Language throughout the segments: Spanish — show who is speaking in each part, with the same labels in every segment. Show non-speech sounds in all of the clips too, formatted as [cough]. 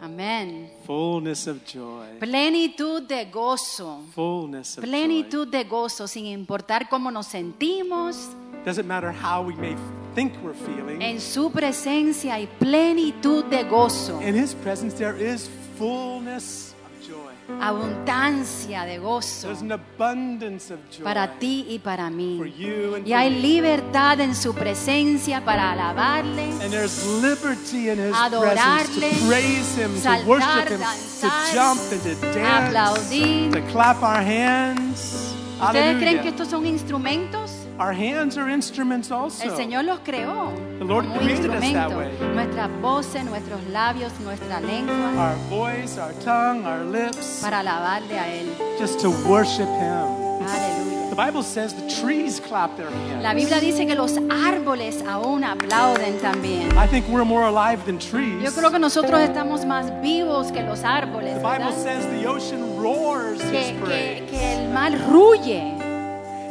Speaker 1: Amén.
Speaker 2: fullness of joy,
Speaker 1: Plenitud de gozo.
Speaker 2: fullness of joy.
Speaker 1: Plenitud de gozo, sin importar cómo nos sentimos.
Speaker 2: Doesn't matter how we may think we're feeling.
Speaker 1: En su presencia hay plenitud de gozo.
Speaker 2: In His presence, there is fullness of joy.
Speaker 1: Abundancia de gozo
Speaker 2: There's an abundance of joy.
Speaker 1: para ti y para
Speaker 2: For
Speaker 1: mí.
Speaker 2: you and
Speaker 1: Y
Speaker 2: for
Speaker 1: hay
Speaker 2: me.
Speaker 1: libertad en su presencia para alabarle,
Speaker 2: And there's liberty in His presence
Speaker 1: Adorarle,
Speaker 2: to praise Him,
Speaker 1: saltar,
Speaker 2: to worship Him,
Speaker 1: danzar,
Speaker 2: to jump and to dance,
Speaker 1: aplaudir.
Speaker 2: to clap our hands.
Speaker 1: ¿Ustedes creen que
Speaker 2: Hallelujah.
Speaker 1: estos son instrumentos?
Speaker 2: Our hands are instruments also.
Speaker 1: El Señor los creó
Speaker 2: The Lord
Speaker 1: como un
Speaker 2: created us
Speaker 1: instrumento.
Speaker 2: that way.
Speaker 1: Nuestras voces, nuestros labios, nuestra lengua
Speaker 2: Our voice, our tongue, our lips,
Speaker 1: para alabarle a Él.
Speaker 2: just to worship Him. The
Speaker 1: Aleluya.
Speaker 2: Bible says the trees clap their hands.
Speaker 1: La Biblia dice que los árboles aún aplauden también.
Speaker 2: I think we're more alive than trees.
Speaker 1: Yo creo que nosotros estamos más vivos que los árboles,
Speaker 2: the Bible
Speaker 1: ¿verdad?
Speaker 2: says the ocean roars
Speaker 1: Que,
Speaker 2: His
Speaker 1: que-
Speaker 2: praise,
Speaker 1: que el mar ruye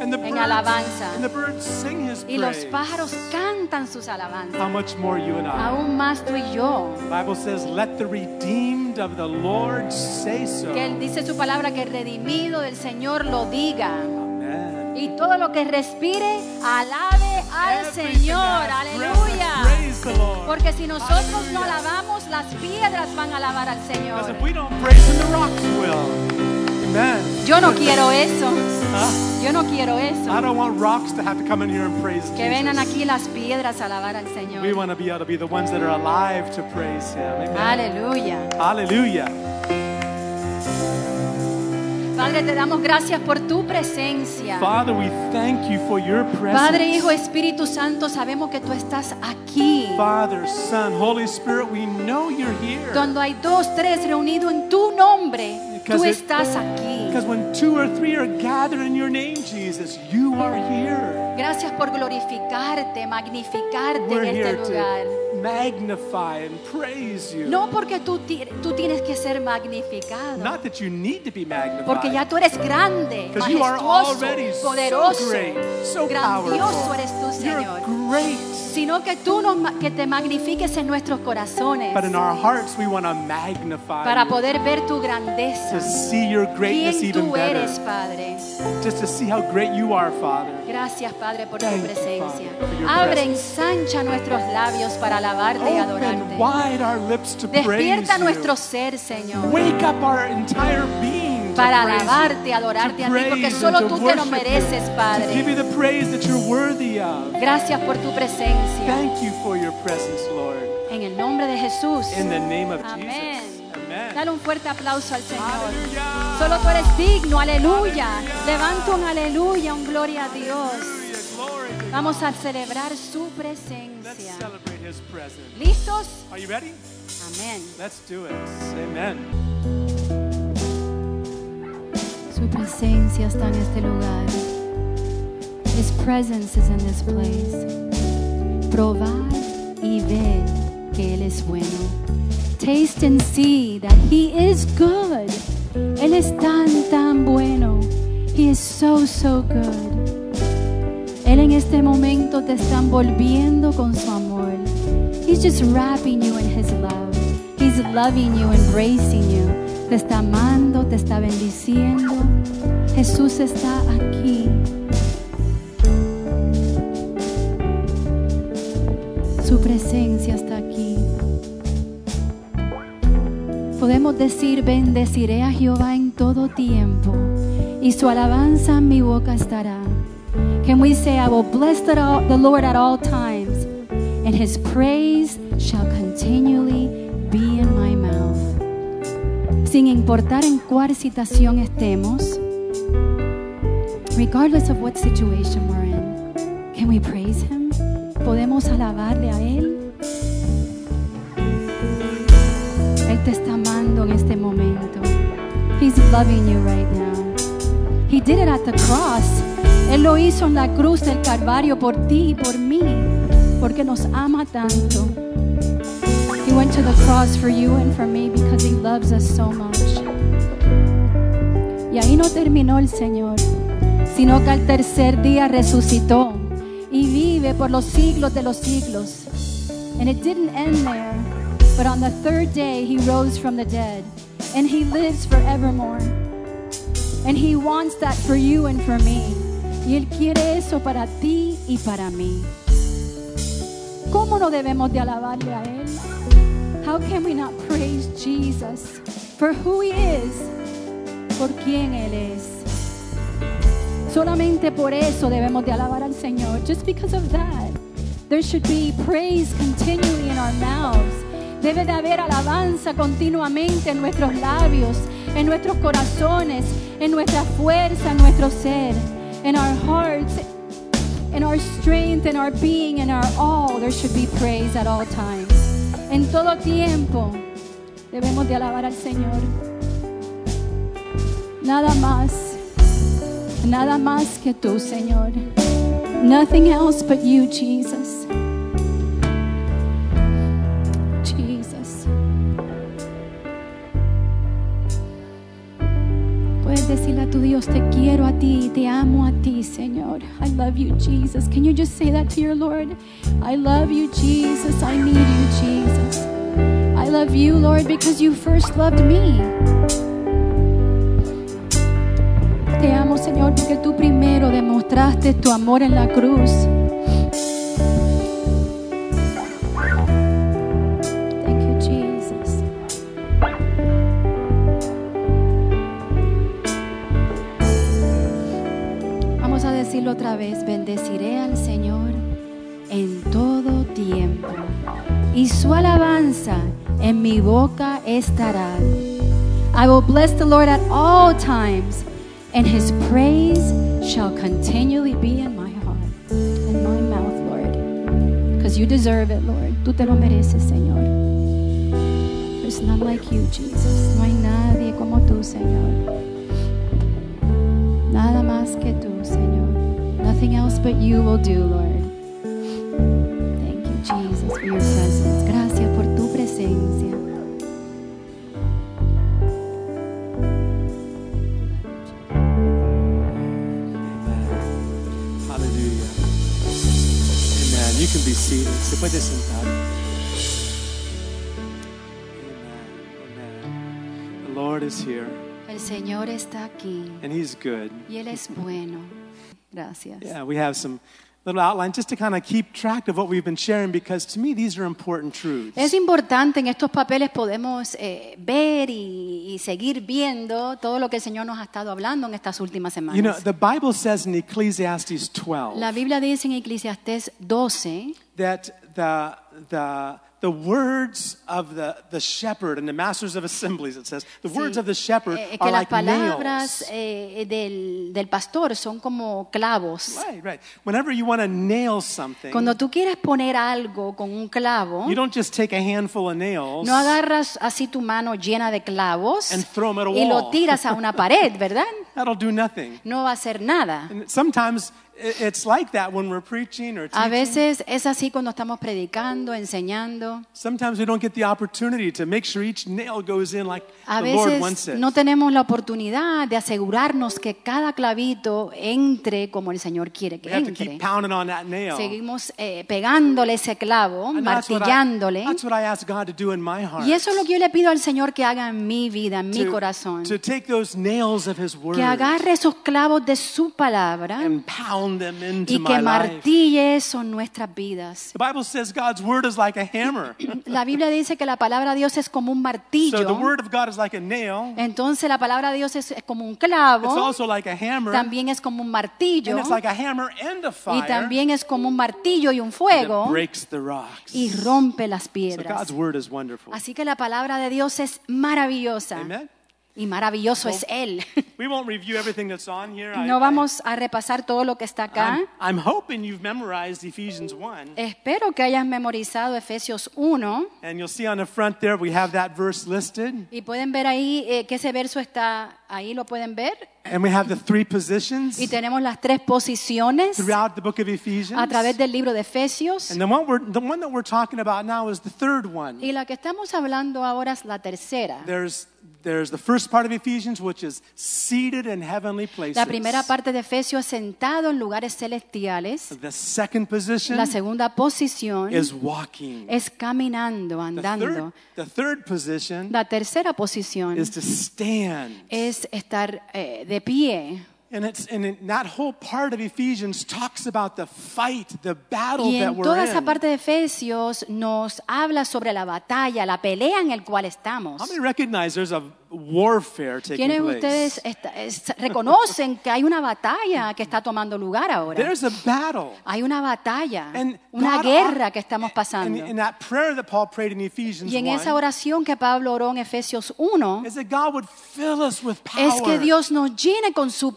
Speaker 2: and the
Speaker 1: en
Speaker 2: birds,
Speaker 1: alabanza.
Speaker 2: and the birds sing His
Speaker 1: y los
Speaker 2: praise.
Speaker 1: pájaros cantan sus alabanzas.
Speaker 2: How much more you and I?
Speaker 1: Aún más tú y yo.
Speaker 2: The Bible says, "Let the redeemed of the Lord say so."
Speaker 1: Que Él dice su palabra, que el redimido del Señor lo diga.
Speaker 2: Amen.
Speaker 1: Y todo lo que respire, alabe al
Speaker 2: Everything
Speaker 1: Señor.
Speaker 2: that has breath, let's
Speaker 1: Aleluya.
Speaker 2: Praise the Lord.
Speaker 1: Porque si nosotros no
Speaker 2: Hallelujah.
Speaker 1: alabamos, las piedras van a alabar al
Speaker 2: Because
Speaker 1: Señor.
Speaker 2: if we don't praise Him, the rocks will. Amen.
Speaker 1: Yo no quiero eso.
Speaker 2: Huh?
Speaker 1: Yo no quiero
Speaker 2: I
Speaker 1: eso.
Speaker 2: don't want rocks to have to come in here and praise
Speaker 1: Que vengan
Speaker 2: Ah, Jesus.
Speaker 1: aquí las piedras a alabar al
Speaker 2: We
Speaker 1: Señor.
Speaker 2: want to be able to be the ones that are alive to praise Him. Amen.
Speaker 1: Aleluya.
Speaker 2: Hallelujah.
Speaker 1: Padre, te damos gracias por tu presencia.
Speaker 2: Father, we thank you for your presence.
Speaker 1: Padre, Hijo, Espíritu Santo, sabemos que tú estás aquí.
Speaker 2: Father, Son, Holy Spirit, we know you're here.
Speaker 1: Cuando hay dos, tres reunidos en tu nombre, tú
Speaker 2: Because it-
Speaker 1: estás aquí.
Speaker 2: Because when two or three are gathered in your name, Jesus, you are here.
Speaker 1: Gracias por glorificarte, magnificarte
Speaker 2: We're
Speaker 1: en este
Speaker 2: here
Speaker 1: lugar.
Speaker 2: to magnify and praise you.
Speaker 1: No porque tú, ti- tú tienes que ser magnificado,
Speaker 2: Not that you need to be magnified.
Speaker 1: porque ya tú eres grande,
Speaker 2: 'Cause you are
Speaker 1: majestuoso,
Speaker 2: already so
Speaker 1: poderoso,
Speaker 2: great, so
Speaker 1: grandioso
Speaker 2: powerful.
Speaker 1: eres tú, Señor.
Speaker 2: You're great.
Speaker 1: Sino que tú nos ma- que te magnifiques en nuestros corazones
Speaker 2: But in our hearts, we want to magnify
Speaker 1: para
Speaker 2: you,
Speaker 1: poder ver tu grandeza,
Speaker 2: to see your greatness
Speaker 1: quién
Speaker 2: even
Speaker 1: tú
Speaker 2: better.
Speaker 1: eres, Padre.
Speaker 2: Just to see how great you are, Father.
Speaker 1: Gracias, Padre, por tu
Speaker 2: Thank you,
Speaker 1: presencia.
Speaker 2: Father, for your
Speaker 1: Abre,
Speaker 2: presence.
Speaker 1: ensancha nuestros labios para alabarte y adorarte.
Speaker 2: Open wide our lips to praise
Speaker 1: Despierta
Speaker 2: you.
Speaker 1: nuestro ser, Señor.
Speaker 2: Wake up our entire being to
Speaker 1: para
Speaker 2: praise you,
Speaker 1: alabarte, adorarte
Speaker 2: to
Speaker 1: a ti,
Speaker 2: praise
Speaker 1: porque
Speaker 2: you,
Speaker 1: solo
Speaker 2: to
Speaker 1: tú te lo
Speaker 2: worship you,
Speaker 1: mereces,
Speaker 2: To give
Speaker 1: Padre.
Speaker 2: you the praise that you're worthy of.
Speaker 1: Gracias por tu presencia.
Speaker 2: Thank you for your presence, Lord.
Speaker 1: En el nombre de Jesús.
Speaker 2: In the name of
Speaker 1: Amén.
Speaker 2: Jesus. Amen.
Speaker 1: Dale un fuerte aplauso al Señor.
Speaker 2: Hallelujah.
Speaker 1: Solo tú eres digno, aleluya. Levanta un aleluya, un gloria a Dios.
Speaker 2: Hallelujah. Glory to God.
Speaker 1: Vamos a celebrar su
Speaker 2: Let's
Speaker 1: presencia.
Speaker 2: celebrate his presence.
Speaker 1: ¿Listos?
Speaker 2: Are you ready?
Speaker 1: Amén.
Speaker 2: Let's do it. Amen.
Speaker 3: Su presencia está en este lugar. His presence is in this place. Probar y ver que Él es bueno. Taste and see that He is good. Él es tan, tan bueno. He is so, so good. Él en este momento te está envolviendo con su amor. He's just wrapping you in His love. He's loving you, embracing you. Te está amando, te está bendiciendo. Jesús está aquí. Su presencia está aquí. Podemos decir, bendeciré a Jehová en todo tiempo, y su alabanza en mi boca estará. Can we say, I will bless the, the Lord at all times, and his praise shall continually be in my mouth? Sin importar en cuál situación estemos, regardless of what situation we're in, can we praise him? ¿Podemos alabarle a él? Él te está amando en este momento. He's loving you right now. He did it at the cross. Él lo hizo en la cruz del Calvario por ti y por mí, porque nos ama tanto. He went to the cross for you and for me because he loves us so much. Y ahí no terminó el Señor, sino que al tercer día resucitó y vive por los siglos de los siglos. And it didn't end there.
Speaker 1: But on the third day, he rose from the dead, and he lives forevermore. And he wants that for you and for me. Y él quiere eso para ti y para mí. ¿Cómo no debemos de alabarle a él? How can we not praise Jesus for who he is, por quién él es? Solamente por eso debemos de alabar al Señor. Just because of that, there should be praise continually in our mouths. Debe de haber alabanza continuamente en nuestros labios, en nuestros corazones, en nuestra fuerza, en nuestro ser, in our hearts, in our strength, in our being, in our all. There should be praise at all times. En todo tiempo debemos de alabar al Señor. Nada más. Nada más que tú, Señor. Nothing else but you, Jesus. Jesus. Puedes decirle a tu Dios, te quiero a ti, te amo a ti, Señor. I love you, Jesus. Can you just say that to your Lord? I love you, Jesus. I need you, Jesus. I love you, Lord, because you first loved me. Te amo, Señor, porque tú primero demostraste tu amor en la cruz. Thank you, Jesus. Vamos a decirlo otra vez, bendeciré al Señor en todo tiempo, y su alabanza en mi boca estará. I will bless the Lord at all times, and his praise shall continually be in my heart, in my mouth, Lord. Because you deserve it, Lord. Tú te lo mereces, Señor. There's none like you, Jesus. No hay nadie como tú, Señor. Nada más que tú, Señor. Nothing else but you will do, Lord. Thank you, Jesus, for your presence. Gracias por tu presencia.
Speaker 2: Hallelujah. Amen. You can be seated. Se puede sentar. Amen. Amen. The Lord is here,
Speaker 1: El Señor está aquí
Speaker 2: and He's good.
Speaker 1: y Él es bueno. Gracias.
Speaker 2: Yeah, we have some little outline just to kind of keep track of what we've been sharing because to me these are important truths.
Speaker 1: Es importante, en estos papeles podemos eh, ver y, y seguir viendo todo lo que el Señor nos ha estado hablando en estas últimas semanas.
Speaker 2: You know, the Bible says in Ecclesiastes 12
Speaker 1: La Biblia dice en Eclesiastés 12
Speaker 2: that the the the words of the, the shepherd and the masters of assemblies, it says, the words
Speaker 1: Sí.
Speaker 2: of the shepherd
Speaker 1: Eh, que
Speaker 2: are
Speaker 1: las
Speaker 2: like
Speaker 1: palabras
Speaker 2: nails.
Speaker 1: eh, del, del pastor son como clavos.
Speaker 2: Right, right. Whenever you want to nail something,
Speaker 1: Cuando tú quieres poner algo con un clavo,
Speaker 2: you don't just take a handful of nails.
Speaker 1: no agarras así tu mano llena de clavos
Speaker 2: And throw 'em at a
Speaker 1: y lo
Speaker 2: wall.
Speaker 1: tiras a una pared, ¿verdad?
Speaker 2: That'll do nothing.
Speaker 1: No va a hacer nada.
Speaker 2: And sometimes i- it's like that when we're preaching or
Speaker 1: A
Speaker 2: teaching.
Speaker 1: veces es así cuando estamos predicando, enseñando.
Speaker 2: Sometimes we don't get the opportunity to make sure each nail goes in like
Speaker 1: A
Speaker 2: the Lord wants
Speaker 1: veces
Speaker 2: it.
Speaker 1: no tenemos la oportunidad de asegurarnos que cada clavito entre como el Señor quiere
Speaker 2: we
Speaker 1: que
Speaker 2: have to keep
Speaker 1: entre.
Speaker 2: pounding on that nail.
Speaker 1: Seguimos eh, pegándole ese clavo,
Speaker 2: And that's what, I,
Speaker 1: martillándole.
Speaker 2: that's what I ask God to do in my heart.
Speaker 1: Y eso es lo que yo le pido al Señor que haga en mi vida, en mi
Speaker 2: to,
Speaker 1: corazón.
Speaker 2: to take those nails of His word
Speaker 1: Que agarre esos clavos de su palabra
Speaker 2: and pound them into
Speaker 1: y
Speaker 2: my
Speaker 1: que
Speaker 2: life.
Speaker 1: martille eso en nuestras vidas.
Speaker 2: The Bible says God's word is like a hammer.
Speaker 1: La Biblia dice que la palabra de Dios es como un
Speaker 2: so the
Speaker 1: martillo.
Speaker 2: word of God is like a nail.
Speaker 1: Entonces la palabra de Dios es, es como un
Speaker 2: It's
Speaker 1: clavo,
Speaker 2: also like a hammer.
Speaker 1: también es como un
Speaker 2: And
Speaker 1: martillo
Speaker 2: it's like a hammer and a fire.
Speaker 1: y también es como un martillo y un
Speaker 2: that
Speaker 1: fuego
Speaker 2: breaks the rocks.
Speaker 1: y rompe las
Speaker 2: So God's
Speaker 1: piedras.
Speaker 2: word is wonderful.
Speaker 1: Así que la palabra de Dios es maravillosa
Speaker 2: Amen.
Speaker 1: y maravilloso es Él. [laughs]
Speaker 2: We won't review everything that's on here. I-
Speaker 1: No vamos a repasar todo lo que está acá.
Speaker 2: I'm, I'm hoping you've memorized Ephesians 1.
Speaker 1: Espero que hayas memorizado Efesios 1
Speaker 2: And you'll see on the front there, we have that verse listed.
Speaker 1: y pueden ver ahí eh, que ese verso está ahí lo pueden ver.
Speaker 2: And we have the three positions
Speaker 1: Y tenemos las tres posiciones
Speaker 2: throughout the book of Ephesians.
Speaker 1: a través del libro de Efesios.
Speaker 2: And the one, we're, the one that we're talking about now is the third one.
Speaker 1: Y la que estamos hablando ahora es la tercera.
Speaker 2: There's, there's the first part of Ephesians, which is seated in heavenly places.
Speaker 1: La primera parte de Efesios sentado en lugares celestiales.
Speaker 2: The second position
Speaker 1: La segunda posición
Speaker 2: is walking.
Speaker 1: es caminando,
Speaker 2: The third,
Speaker 1: andando.
Speaker 2: the third position
Speaker 1: La tercera posición
Speaker 2: is to stand.
Speaker 1: es estar eh, de pie.
Speaker 2: And, it's, and in that whole part of Ephesians talks about the fight, the battle
Speaker 1: Y
Speaker 2: that
Speaker 1: en
Speaker 2: we're
Speaker 1: toda
Speaker 2: in.
Speaker 1: esa parte de Efesios nos habla sobre la batalla, la pelea en el cual estamos.
Speaker 2: How many recognize there's a warfare taking
Speaker 1: ¿Quiénes de
Speaker 2: place?
Speaker 1: ustedes esta- es- reconocen que hay una batalla que está tomando lugar ahora?
Speaker 2: There's a battle.
Speaker 1: Hay una batalla,
Speaker 2: And
Speaker 1: una
Speaker 2: God-
Speaker 1: guerra que estamos
Speaker 2: And
Speaker 1: pasando.
Speaker 2: in that prayer that Paul prayed in Ephesians
Speaker 1: Y en
Speaker 2: 1,
Speaker 1: esa oración que Pablo oró en Efesios 1,
Speaker 2: is that God would fill us with power.
Speaker 1: es que Dios nos llene con su
Speaker 2: and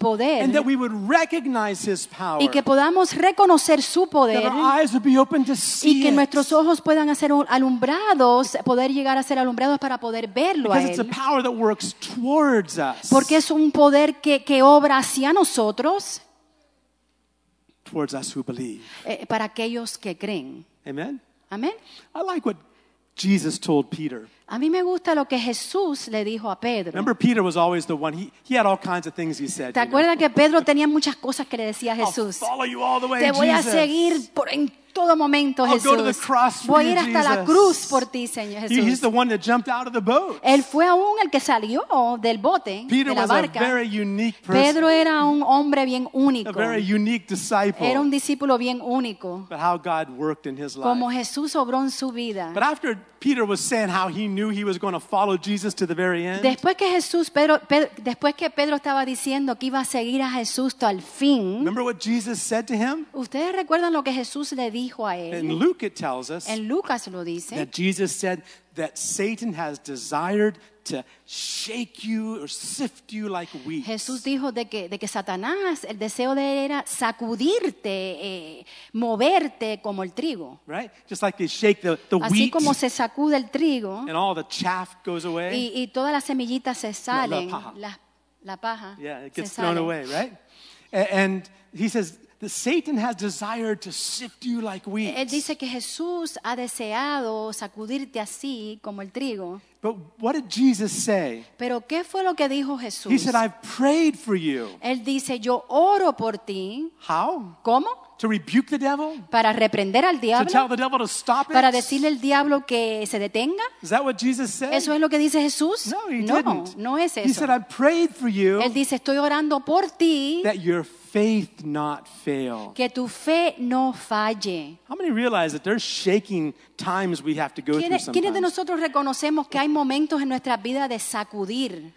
Speaker 2: that
Speaker 1: poder
Speaker 2: we would recognize his power.
Speaker 1: y que podamos reconocer su
Speaker 2: that
Speaker 1: poder
Speaker 2: our eyes would be open to see
Speaker 1: y que
Speaker 2: it.
Speaker 1: nuestros ojos puedan ser alumbrados, poder llegar a ser alumbrados para poder verlo a
Speaker 2: because it's a
Speaker 1: Él.
Speaker 2: power that works towards us.
Speaker 1: Porque es un poder que, que obra hacia nosotros
Speaker 2: towards us who believe.
Speaker 1: eh, para aquellos que creen.
Speaker 2: Amen.
Speaker 1: Amén.
Speaker 2: I like what Jesus told Peter.
Speaker 1: A mí me gusta lo que Jesús le dijo a Pedro.
Speaker 2: Remember, Peter was always the one. He, he had all kinds of things he said.
Speaker 1: ¿Te
Speaker 2: you know.
Speaker 1: acuerdas que Pedro tenía muchas cosas que le decía a
Speaker 2: I'll
Speaker 1: Jesús?
Speaker 2: follow you all the way,
Speaker 1: Te voy a
Speaker 2: Jesus.
Speaker 1: seguir por en todo momento,
Speaker 2: I'll go to the
Speaker 1: Jesús.
Speaker 2: cross for
Speaker 1: Voy a
Speaker 2: you,
Speaker 1: ir hasta la
Speaker 2: Jesus.
Speaker 1: cruz por ti, Señor
Speaker 2: He- he's
Speaker 1: Jesús.
Speaker 2: the one that jumped out of the boat.
Speaker 1: Él fue aún el que salió del bote,
Speaker 2: Peter
Speaker 1: de la
Speaker 2: was a
Speaker 1: barca.
Speaker 2: very unique person,
Speaker 1: Pedro era un hombre bien
Speaker 2: a
Speaker 1: único.
Speaker 2: very unique disciple.
Speaker 1: Era un discípulo bien único.
Speaker 2: But how God worked in his life.
Speaker 1: Como Jesús obró en su vida.
Speaker 2: But after Peter was saying how he knew he was going to follow Jesus to the very end,
Speaker 1: Después que Jesús, Pedro, Pedro- después que Pedro estaba diciendo que iba a seguir a Jesús hasta el fin,
Speaker 2: remember what Jesus said to him?
Speaker 1: ¿ustedes recuerdan lo que Jesús le dijo a
Speaker 2: In
Speaker 1: él?
Speaker 2: Luke, it tells us
Speaker 1: En Lucas lo dice,
Speaker 2: that Jesus said that Satan has desired to shake you or sift you like wheat.
Speaker 1: Jesús dijo de que, de que Satanás, el deseo de él era sacudirte, eh, moverte como el trigo.
Speaker 2: Right? Just like they shake the, the
Speaker 1: Así
Speaker 2: wheat
Speaker 1: como se sacude el trigo
Speaker 2: and all the chaff goes away.
Speaker 1: y, y todas las semillitas se salen,
Speaker 2: paja.
Speaker 1: la, la paja
Speaker 2: yeah, it
Speaker 1: se
Speaker 2: gets thrown
Speaker 1: sale.
Speaker 2: away, right? A- And he says, that Satan has desired to sift you like wheat.
Speaker 1: Él dice que Jesús ha deseado sacudirte así como el trigo.
Speaker 2: But what did Jesus say?
Speaker 1: Pero ¿qué fue lo que dijo Jesús?
Speaker 2: He said, I've prayed for you.
Speaker 1: Él dice, yo oro por ti.
Speaker 2: How?
Speaker 1: ¿Cómo?
Speaker 2: To rebuke the devil?
Speaker 1: Para reprender al
Speaker 2: To tell
Speaker 1: diablo,
Speaker 2: the devil to stop it?
Speaker 1: para decirle al diablo que se detenga.
Speaker 2: Is that what Jesus said?
Speaker 1: ¿Eso es lo que dice Jesús?
Speaker 2: No, he
Speaker 1: no,
Speaker 2: didn't.
Speaker 1: no es
Speaker 2: He said,
Speaker 1: eso.
Speaker 2: I prayed for you
Speaker 1: Él dice, estoy orando por ti,
Speaker 2: that your faith not fail.
Speaker 1: que tu fe no falle.
Speaker 2: How many realize that there's shaking times we have to go through
Speaker 1: ¿Quiénes, quiénes de
Speaker 2: sometimes?
Speaker 1: nosotros reconocemos que hay momentos en nuestra vida de sacudir,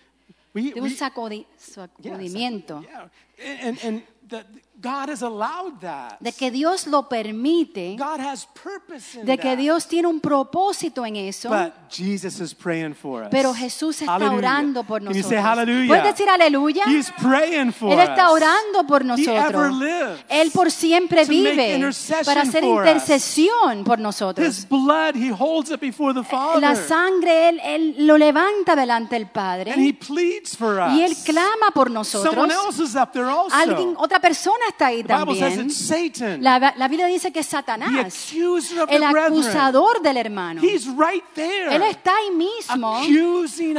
Speaker 2: We,
Speaker 1: de un
Speaker 2: we-
Speaker 1: sacudi-
Speaker 2: yeah,
Speaker 1: sacudimiento?
Speaker 2: yeah. And, and, and that God has allowed that.
Speaker 1: De que Dios lo permite,
Speaker 2: God has purpose in
Speaker 1: de que
Speaker 2: that.
Speaker 1: Dios tiene un propósito en eso.
Speaker 2: But Jesus is praying for us.
Speaker 1: Pero Jesús está
Speaker 2: Hallelujah.
Speaker 1: orando por
Speaker 2: Can you say
Speaker 1: nosotros.
Speaker 2: hallelujah?
Speaker 1: ¿Puedes decir aleluya?
Speaker 2: He's praying for
Speaker 1: Él está
Speaker 2: us.
Speaker 1: orando por
Speaker 2: He ever
Speaker 1: nosotros.
Speaker 2: lives.
Speaker 1: Él por siempre
Speaker 2: to make
Speaker 1: vive
Speaker 2: intercession
Speaker 1: para hacer
Speaker 2: for us.
Speaker 1: intercesión por
Speaker 2: His
Speaker 1: nosotros.
Speaker 2: blood, he holds it before the Father.
Speaker 1: La sangre, él, Él lo levanta delante del
Speaker 2: And he
Speaker 1: Padre
Speaker 2: pleads for us.
Speaker 1: y Él clama por
Speaker 2: Someone
Speaker 1: nosotros.
Speaker 2: else is up there also.
Speaker 1: Alguien, otra persona está ahí
Speaker 2: the Bible says
Speaker 1: también.
Speaker 2: it's Satan,
Speaker 1: La, la Biblia dice que es
Speaker 2: the
Speaker 1: Satanás,
Speaker 2: accuser of
Speaker 1: el
Speaker 2: the brethren.
Speaker 1: acusador del hermano.
Speaker 2: He's right there,
Speaker 1: Él está ahí mismo
Speaker 2: accusing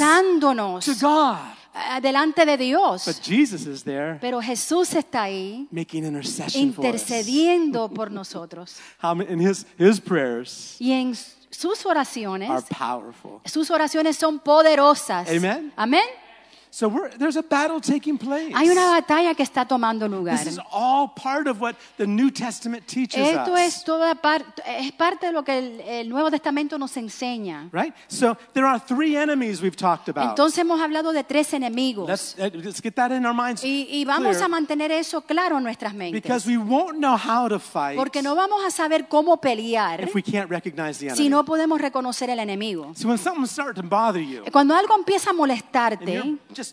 Speaker 1: acusándonos
Speaker 2: us to God.
Speaker 1: eh, delante de Dios.
Speaker 2: But Jesus is there
Speaker 1: Pero Jesús está ahí
Speaker 2: making intercession for us.
Speaker 1: intercediendo por nosotros.
Speaker 2: How many- and his, his prayers
Speaker 1: Y en sus
Speaker 2: are
Speaker 1: oraciones,
Speaker 2: powerful.
Speaker 1: sus oraciones son poderosas.
Speaker 2: Amen.
Speaker 1: Amén.
Speaker 2: So we're, there's a battle taking place.
Speaker 1: Hay una batalla que está tomando lugar.
Speaker 2: This is all part of what the New Testament teaches
Speaker 1: Esto
Speaker 2: us.
Speaker 1: es, toda par- es parte de lo que el, el Nuevo Testamento nos enseña.
Speaker 2: Right? So there are three enemies we've talked about.
Speaker 1: Entonces hemos hablado de tres enemigos.
Speaker 2: let's, uh, let's get that in our minds.
Speaker 1: Y, y vamos
Speaker 2: clear,
Speaker 1: a mantener eso claro en nuestras mentes.
Speaker 2: because we won't know how to fight
Speaker 1: Porque no vamos a saber cómo pelear
Speaker 2: if we can't recognize the enemy.
Speaker 1: si no podemos reconocer el enemigo.
Speaker 2: so when something starts to bother you,
Speaker 1: Cuando algo empieza a
Speaker 2: and you're
Speaker 1: molestarte,
Speaker 2: just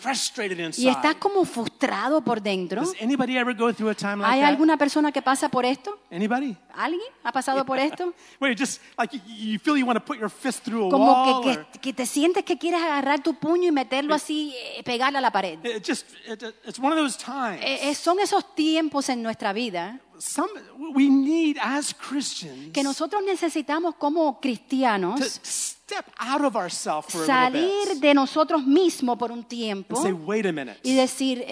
Speaker 2: frustrated
Speaker 1: y estás
Speaker 2: inside.
Speaker 1: como frustrado por dentro.
Speaker 2: Does anybody ever go through a time like
Speaker 1: ¿Hay
Speaker 2: that?
Speaker 1: alguna persona que pasa por esto?
Speaker 2: Anybody?
Speaker 1: ¿Alguien ha pasado por
Speaker 2: [laughs]
Speaker 1: esto?
Speaker 2: Where you just like you, you feel you want to put your fist through a
Speaker 1: Como
Speaker 2: wall.
Speaker 1: que, que- que te sientes que quieres agarrar tu puño y meterlo así, eh, pegarle a la pared.
Speaker 2: [laughs] or- it just it, it's one of those times.
Speaker 1: Eh, eh, son esos tiempos en nuestra vida
Speaker 2: Some we need as Christians
Speaker 1: que nosotros necesitamos como
Speaker 2: to
Speaker 1: cristianos
Speaker 2: step out of ourselves for a little
Speaker 1: salir
Speaker 2: bit
Speaker 1: de nosotros mismos por un tiempo
Speaker 2: and say, "Wait a minute,
Speaker 1: y decir, eh,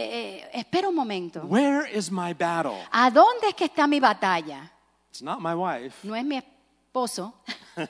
Speaker 1: eh, espera un momento,
Speaker 2: where is my battle?
Speaker 1: ¿a dónde es que está mi batalla?
Speaker 2: It's not my wife.
Speaker 1: No es mi esposo, [laughs]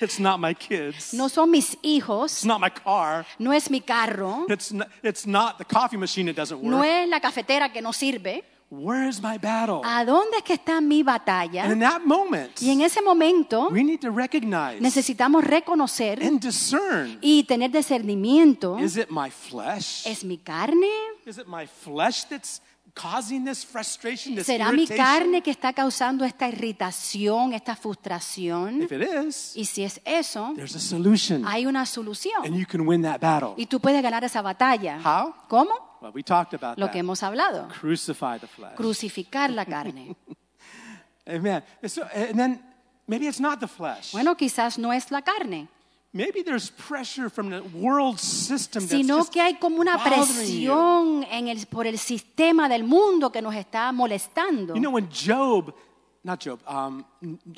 Speaker 2: it's not my kids.
Speaker 1: no son mis
Speaker 2: It's
Speaker 1: hijos,
Speaker 2: not my car.
Speaker 1: no es mi carro,
Speaker 2: It's not, it's not the coffee machine that doesn't work.
Speaker 1: no es la cafetera que no sirve.
Speaker 2: Where is my battle?
Speaker 1: ¿A dónde es que está mi
Speaker 2: And
Speaker 1: batalla?
Speaker 2: in that moment,
Speaker 1: Y en ese momento
Speaker 2: we need to recognize
Speaker 1: necesitamos reconocer
Speaker 2: and discern.
Speaker 1: y tener discernimiento.
Speaker 2: Is it my flesh?
Speaker 1: ¿Es mi carne?
Speaker 2: Is it my flesh that's causing this frustration, this
Speaker 1: ¿Será mi
Speaker 2: irritation?
Speaker 1: carne que está causando esta irritación, esta frustración?
Speaker 2: If it is,
Speaker 1: Y si es eso,
Speaker 2: there's a solution,
Speaker 1: hay una solución.
Speaker 2: and you can win that battle.
Speaker 1: Y tú puedes ganar esa batalla.
Speaker 2: How?
Speaker 1: ¿Cómo?
Speaker 2: Well, we talked about
Speaker 1: Lo que
Speaker 2: that.
Speaker 1: hemos hablado.
Speaker 2: Crucify the flesh.
Speaker 1: Crucificar la
Speaker 2: [laughs]
Speaker 1: carne.
Speaker 2: Amen. And So, and then maybe it's not the flesh.
Speaker 1: Bueno, quizás no es la carne,
Speaker 2: Maybe there's pressure from the world system that's
Speaker 1: sino
Speaker 2: just
Speaker 1: que hay como una
Speaker 2: bothering you.
Speaker 1: presión en el, por el sistema del mundo que nos está molestando.
Speaker 2: You know, when Job, not Job, um,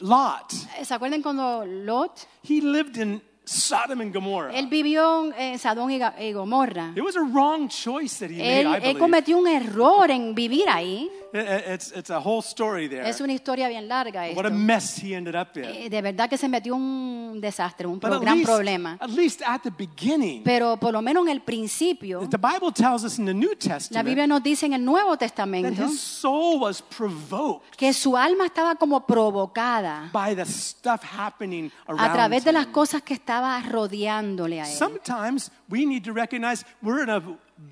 Speaker 2: Lot,
Speaker 1: ¿Se acuerdan cuando Lot,
Speaker 2: he lived in Sodom and Gomorrah.
Speaker 1: él vivió en Sadón y Ga- y Gomorra?
Speaker 2: it was a wrong choice that he made,
Speaker 1: Él,
Speaker 2: I
Speaker 1: él
Speaker 2: believe.
Speaker 1: cometió un error en vivir ahí.
Speaker 2: It- it- it's, it's a whole story there.
Speaker 1: Es una historia bien larga
Speaker 2: what
Speaker 1: esto.
Speaker 2: a mess he ended up in.
Speaker 1: Eh, De verdad que se metió un desastre, un
Speaker 2: but
Speaker 1: pro-
Speaker 2: at
Speaker 1: gran
Speaker 2: least,
Speaker 1: problema.
Speaker 2: at least at the beginning,
Speaker 1: Pero por lo menos en el principio,
Speaker 2: the Bible tells us in the New
Speaker 1: la
Speaker 2: Testament
Speaker 1: Biblia nos dice en el Nuevo
Speaker 2: that
Speaker 1: Testamento
Speaker 2: his soul was provoked
Speaker 1: que su alma estaba como provocada
Speaker 2: by the stuff happening around
Speaker 1: a través de
Speaker 2: him.
Speaker 1: las cosas que estaba rodeándole a él.
Speaker 2: Sometimes we need to recognize we're in a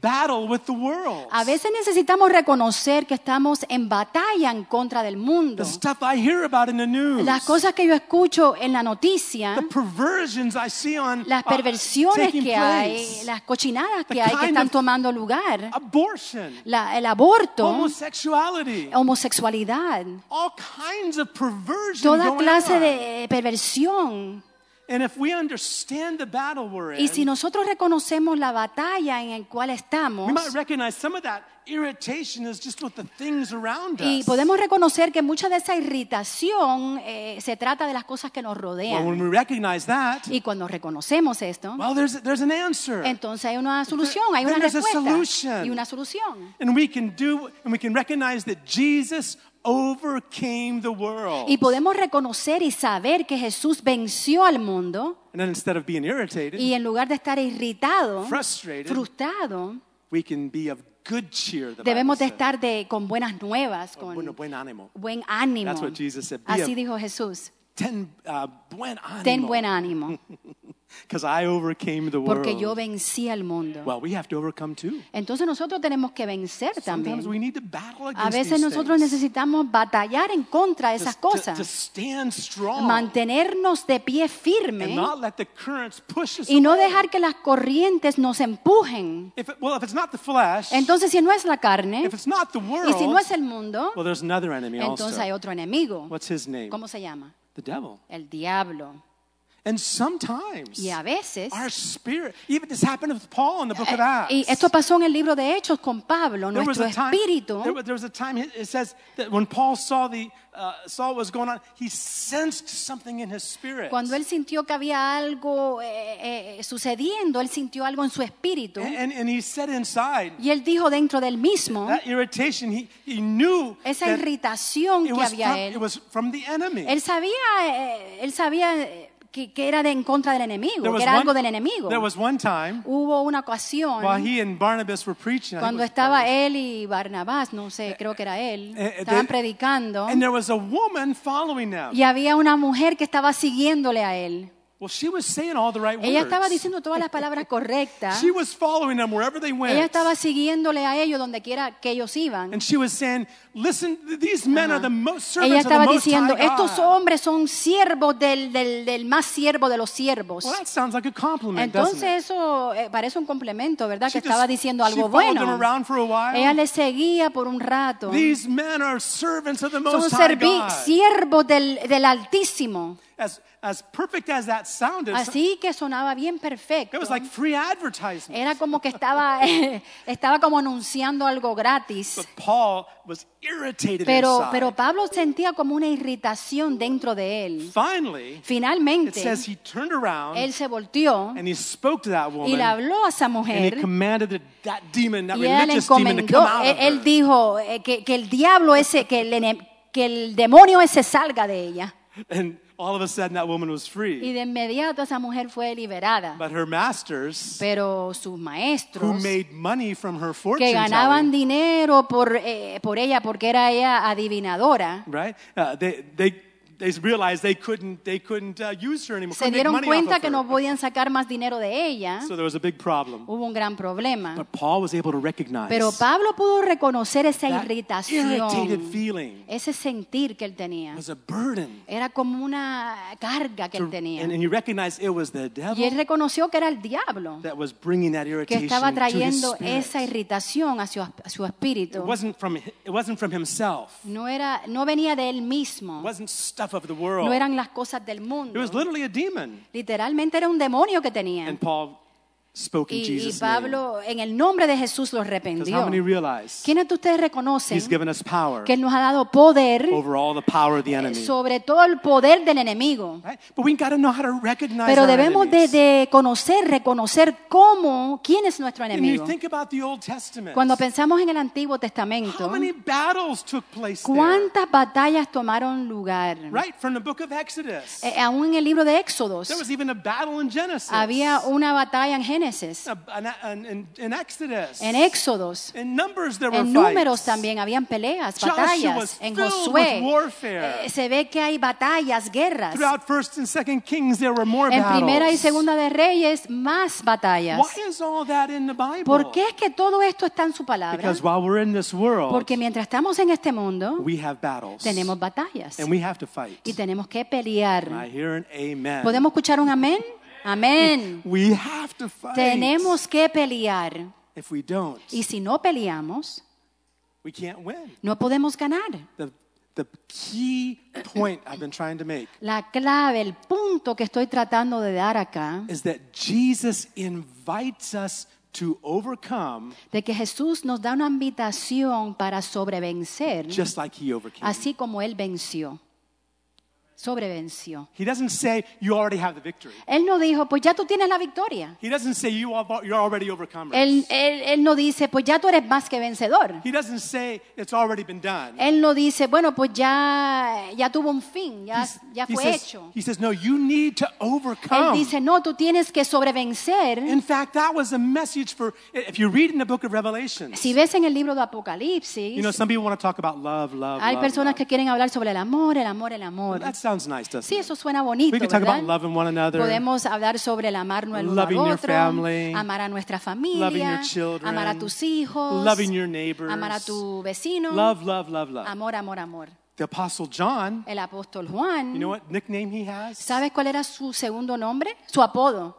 Speaker 2: battle with the world.
Speaker 1: A veces necesitamos reconocer que estamos en batalla en contra del mundo.
Speaker 2: The stuff I hear about in the news.
Speaker 1: Las cosas que yo escucho en la noticia,
Speaker 2: the perversions I see on
Speaker 1: las
Speaker 2: uh,
Speaker 1: perversiones
Speaker 2: taking
Speaker 1: que hay,
Speaker 2: place.
Speaker 1: las cochinadas
Speaker 2: The
Speaker 1: que hay que
Speaker 2: kind
Speaker 1: están
Speaker 2: of-
Speaker 1: tomando lugar,
Speaker 2: abortion,
Speaker 1: la- el aborto,
Speaker 2: homosexuality,
Speaker 1: Oh. homosexualidad,
Speaker 2: all kinds of perversion
Speaker 1: toda
Speaker 2: going
Speaker 1: clase
Speaker 2: on.
Speaker 1: de eh, perversión.
Speaker 2: And if we understand the battle we're in,
Speaker 1: Y si nosotros reconocemos la batalla en la cual
Speaker 2: we
Speaker 1: estamos
Speaker 2: might recognize some of that irritation is just with the things around
Speaker 1: y
Speaker 2: us.
Speaker 1: podemos reconocer que mucha de esa irritación eh, se trata de las cosas que nos
Speaker 2: well, when
Speaker 1: rodean.
Speaker 2: we recognize that,
Speaker 1: Y cuando reconocemos esto,
Speaker 2: well, there's there's an answer.
Speaker 1: entonces hay una solución, hay
Speaker 2: Then
Speaker 1: una
Speaker 2: there's a
Speaker 1: respuesta
Speaker 2: solution.
Speaker 1: y una solución.
Speaker 2: And we can do, and we can recognize that Jesus overcame the world.
Speaker 1: Y podemos reconocer y saber que Jesús venció al mundo
Speaker 2: and then instead of being irritated,
Speaker 1: y en lugar de estar irritado,
Speaker 2: Frustrated.
Speaker 1: frustrado,
Speaker 2: we can be of good cheer. The
Speaker 1: debemos de
Speaker 2: Bible says.
Speaker 1: estar de, con buenas nuevas,
Speaker 2: Or
Speaker 1: con
Speaker 2: bueno, buen ánimo.
Speaker 1: buen ánimo.
Speaker 2: That's what Jesus said. Be
Speaker 1: Así
Speaker 2: of-
Speaker 1: dijo Jesús,
Speaker 2: Ten, uh, buen
Speaker 1: ten
Speaker 2: ánimo.
Speaker 1: buen
Speaker 2: [laughs]
Speaker 1: ánimo,
Speaker 2: Because I overcame the world.
Speaker 1: porque yo vencí al mundo.
Speaker 2: well, we have to overcome too.
Speaker 1: Entonces nosotros tenemos que vencer
Speaker 2: Sometimes
Speaker 1: también.
Speaker 2: we need to battle against
Speaker 1: A veces
Speaker 2: these
Speaker 1: nosotros
Speaker 2: things.
Speaker 1: necesitamos batallar en contra de
Speaker 2: To-
Speaker 1: esas
Speaker 2: to-
Speaker 1: cosas,
Speaker 2: To, stand strong.
Speaker 1: mantenernos de pie
Speaker 2: and
Speaker 1: firme
Speaker 2: not let the currents push us
Speaker 1: y no
Speaker 2: away.
Speaker 1: dejar que las corrientes nos empujen.
Speaker 2: If it- well, if it's not the flesh,
Speaker 1: Entonces, si no es la carne
Speaker 2: if it's not the world,
Speaker 1: y si no es el mundo,
Speaker 2: well, there's another enemy
Speaker 1: entonces hay
Speaker 2: also.
Speaker 1: otro enemigo.
Speaker 2: What's his name?
Speaker 1: ¿Cómo se llama?
Speaker 2: The devil.
Speaker 1: El diablo.
Speaker 2: And sometimes
Speaker 1: Y a veces,
Speaker 2: our spirit, even this happened with Paul in the book of
Speaker 1: eh,
Speaker 2: Acts.
Speaker 1: y esto pasó en el libro de Hechos con Pablo,
Speaker 2: There was
Speaker 1: nuestro
Speaker 2: a time.
Speaker 1: espíritu.
Speaker 2: There was, there was a time. It it says that when Paul saw the uh, saw what was going on, he sensed something in his spirit.
Speaker 1: Cuando él sintió que había algo eh, eh, sucediendo, él sintió algo en su espíritu.
Speaker 2: and, and, and he said inside
Speaker 1: Y él dijo dentro del mismo,
Speaker 2: that irritation. He he knew
Speaker 1: esa
Speaker 2: that
Speaker 1: irritación
Speaker 2: it
Speaker 1: que
Speaker 2: was from,
Speaker 1: había
Speaker 2: it
Speaker 1: él.
Speaker 2: was from the enemy.
Speaker 1: Él sabía, eh, él sabía eh, que, que era de en contra del enemigo, que era algo del enemigo.
Speaker 2: there was one time
Speaker 1: Hubo una
Speaker 2: while
Speaker 1: ocasión
Speaker 2: he and Barnabas were preaching. I think
Speaker 1: cuando
Speaker 2: it was
Speaker 1: estaba
Speaker 2: Barnabas,
Speaker 1: él y Barnabás, no sé, creo que era él,
Speaker 2: eh, eh,
Speaker 1: estaban
Speaker 2: they-
Speaker 1: predicando
Speaker 2: and there was a woman following them.
Speaker 1: y había una mujer que estaba siguiéndole a él.
Speaker 2: Well, she was saying all the right
Speaker 1: Ella estaba
Speaker 2: words.
Speaker 1: diciendo todas las
Speaker 2: [laughs]
Speaker 1: palabras correctas.
Speaker 2: She was following them wherever they went.
Speaker 1: Ella estaba siguiéndole a ellos donde quiera que ellos iban.
Speaker 2: And she was saying, listen, th- these men are the most servants
Speaker 1: Ella estaba
Speaker 2: of the most
Speaker 1: diciendo,
Speaker 2: high
Speaker 1: estos
Speaker 2: God."
Speaker 1: hombres son siervos del, del- del más siervo de los siervos.
Speaker 2: Well, that sounds like a compliment, doesn't it?
Speaker 1: Entonces eso eh, parece un complemento, ¿verdad?
Speaker 2: She
Speaker 1: Que
Speaker 2: just-
Speaker 1: estaba diciendo
Speaker 2: she
Speaker 1: algo
Speaker 2: followed
Speaker 1: bueno.
Speaker 2: them around for a while.
Speaker 1: Ella le seguía por un rato.
Speaker 2: These men are servants of the
Speaker 1: Son
Speaker 2: Most High
Speaker 1: servi-
Speaker 2: God.
Speaker 1: siervos del, del Altísimo.
Speaker 2: As, as perfect as that sounded,
Speaker 1: Así que sonaba bien perfecto.
Speaker 2: it was like free advertisement.
Speaker 1: Era como que estaba, [laughs] estaba como anunciando algo gratis.
Speaker 2: But Paul was irritated
Speaker 1: Pero,
Speaker 2: inside.
Speaker 1: pero Pablo sentía como una irritación dentro de él.
Speaker 2: Finally, it
Speaker 1: Finalmente,
Speaker 2: says he turned around
Speaker 1: él se volteó
Speaker 2: and he spoke to that
Speaker 1: y
Speaker 2: woman
Speaker 1: le habló a esa
Speaker 2: and he
Speaker 1: mujer.
Speaker 2: commanded that, that demon, that
Speaker 1: Y él le
Speaker 2: religious demon, to come
Speaker 1: encomendó, e-
Speaker 2: out
Speaker 1: él,
Speaker 2: of her.
Speaker 1: él dijo eh, que, que el diablo ese, que el, ene- que el demonio ese salga de ella.
Speaker 2: And all of a sudden, that woman was
Speaker 1: Y
Speaker 2: free.
Speaker 1: de inmediato esa mujer fue liberada.
Speaker 2: But her masters,
Speaker 1: Pero sus
Speaker 2: who
Speaker 1: maestros,
Speaker 2: made money from her fortune
Speaker 1: que ganaban
Speaker 2: telling,
Speaker 1: dinero por, eh, por ella, porque era ella adivinadora,
Speaker 2: right? Uh, they, they, they realized they couldn't, they couldn't uh, use her anymore.
Speaker 1: se
Speaker 2: couldn't make
Speaker 1: dieron
Speaker 2: money
Speaker 1: cuenta
Speaker 2: off
Speaker 1: que
Speaker 2: of
Speaker 1: no
Speaker 2: her.
Speaker 1: podían sacar más dinero de ella.
Speaker 2: So there was a big problem.
Speaker 1: Hubo un gran problema.
Speaker 2: But Paul was able to recognize
Speaker 1: Pero Pablo pudo reconocer esa
Speaker 2: that irritated
Speaker 1: irritación,
Speaker 2: feeling
Speaker 1: ese sentir que él tenía.
Speaker 2: was a burden.
Speaker 1: Era como una carga que
Speaker 2: to-
Speaker 1: él tenía.
Speaker 2: and, and he recognized it was the
Speaker 1: Y él
Speaker 2: devil
Speaker 1: reconoció que era el diablo
Speaker 2: that was bringing that
Speaker 1: que
Speaker 2: irritation
Speaker 1: estaba
Speaker 2: to his
Speaker 1: trayendo
Speaker 2: spirit.
Speaker 1: esa irritación a su, a su
Speaker 2: It
Speaker 1: espíritu.
Speaker 2: wasn't from hi- it wasn't from himself.
Speaker 1: No, era, no venía de él mismo.
Speaker 2: It wasn't stuff of the world.
Speaker 1: No eran las cosas del
Speaker 2: it was
Speaker 1: mundo.
Speaker 2: literally a demon.
Speaker 1: Literalmente era un demonio que tenía.
Speaker 2: And Paul spoke in
Speaker 1: Y, y
Speaker 2: Jesus' name.
Speaker 1: Pablo, en el nombre de Jesús, los
Speaker 2: Because how
Speaker 1: rependió.
Speaker 2: many realize
Speaker 1: ¿Quiénes de ustedes reconocen
Speaker 2: he's given us power
Speaker 1: que Él nos ha dado poder
Speaker 2: over all the power of the enemy?
Speaker 1: sobre todo el poder del enemigo?
Speaker 2: Right? But we got to know how to recognize
Speaker 1: Pero
Speaker 2: our
Speaker 1: debemos de,
Speaker 2: enemies.
Speaker 1: de conocer, reconocer cómo, quién es nuestro
Speaker 2: And you
Speaker 1: enemigo.
Speaker 2: think about the Old Testament.
Speaker 1: Cuando pensamos en el Antiguo
Speaker 2: How
Speaker 1: Testamento,
Speaker 2: many battles took place there?
Speaker 1: ¿Cuántas batallas tomaron lugar?
Speaker 2: Right from the book of Exodus.
Speaker 1: Eh, aún en el libro de Éxodos
Speaker 2: There was even a battle in Genesis.
Speaker 1: había una batalla en Génesis,
Speaker 2: A- an- an- in, in Exodus.
Speaker 1: en Éxodos,
Speaker 2: in Numbers there were
Speaker 1: en números
Speaker 2: fights.
Speaker 1: también habían peleas,
Speaker 2: Joshua
Speaker 1: batallas,
Speaker 2: was
Speaker 1: en
Speaker 2: filled
Speaker 1: Josué.
Speaker 2: with warfare.
Speaker 1: eh, se ve que hay batallas, guerras.
Speaker 2: Throughout First and Second Kings there were more
Speaker 1: En
Speaker 2: battles.
Speaker 1: Primera y Segunda de Reyes, más batallas.
Speaker 2: Why is all that in the Bible?
Speaker 1: ¿Por qué es que todo esto está en su palabra?
Speaker 2: Because while we're in this world,
Speaker 1: Porque mientras estamos en este mundo,
Speaker 2: we have battles.
Speaker 1: tenemos batallas
Speaker 2: and we have to fight.
Speaker 1: y tenemos que
Speaker 2: And I
Speaker 1: pelear.
Speaker 2: hear an amen.
Speaker 1: ¿Podemos escuchar un amén? Amén.
Speaker 2: we have to fight.
Speaker 1: Tenemos que pelear.
Speaker 2: if we don't,
Speaker 1: Y si no peleamos,
Speaker 2: we can't win.
Speaker 1: no podemos ganar.
Speaker 2: The, the key point I've been trying to make
Speaker 1: La clave, el punto que estoy tratando de dar acá,
Speaker 2: is that Jesus invites us to overcome
Speaker 1: de que Jesús nos da una invitación para sobrevencer,
Speaker 2: just like he overcame.
Speaker 1: así como Él venció. Sobrevenció.
Speaker 2: He doesn't say you already have the victory.
Speaker 1: Él no dijo, pues ya tú tienes la victoria.
Speaker 2: He doesn't say you are, you're already overcomers.
Speaker 1: Él, él- él no dice, pues ya tú eres más que vencedor.
Speaker 2: he doesn't say it's already been done.
Speaker 1: Él no dice, bueno, pues ya, ya tuvo un fin, ya,
Speaker 2: He's-
Speaker 1: ya
Speaker 2: he,
Speaker 1: fue
Speaker 2: says,
Speaker 1: hecho.
Speaker 2: he says, no, you need to
Speaker 1: Él
Speaker 2: overcome.
Speaker 1: dice, no, tú tienes que sobrevencer.
Speaker 2: in fact, that was a message for, if you read in the book of Revelation,
Speaker 1: Si ves en el libro de Apocalipsis,
Speaker 2: you know, some people want to talk about love, love,
Speaker 1: hay
Speaker 2: love,
Speaker 1: personas
Speaker 2: love.
Speaker 1: que quieren hablar sobre el amor, el amor, el amor.
Speaker 2: That sounds nice, doesn't
Speaker 1: Sí,
Speaker 2: it?
Speaker 1: eso suena bonito,
Speaker 2: we can talk about
Speaker 1: ¿verdad?
Speaker 2: loving one another.
Speaker 1: Podemos hablar sobre el amarnos el uno al
Speaker 2: Loving your
Speaker 1: otro,
Speaker 2: family,
Speaker 1: amar a nuestra
Speaker 2: loving
Speaker 1: familia,
Speaker 2: your children,
Speaker 1: amar a tus hijos,
Speaker 2: loving your neighbors.
Speaker 1: amar a tu vecino,
Speaker 2: Love, love, love, love.
Speaker 1: amor, amor, amor.
Speaker 2: the Apostle John,
Speaker 1: El apóstol Juan,
Speaker 2: you know what nickname he has?
Speaker 1: ¿sabes cuál era su segundo nombre? Su apodo,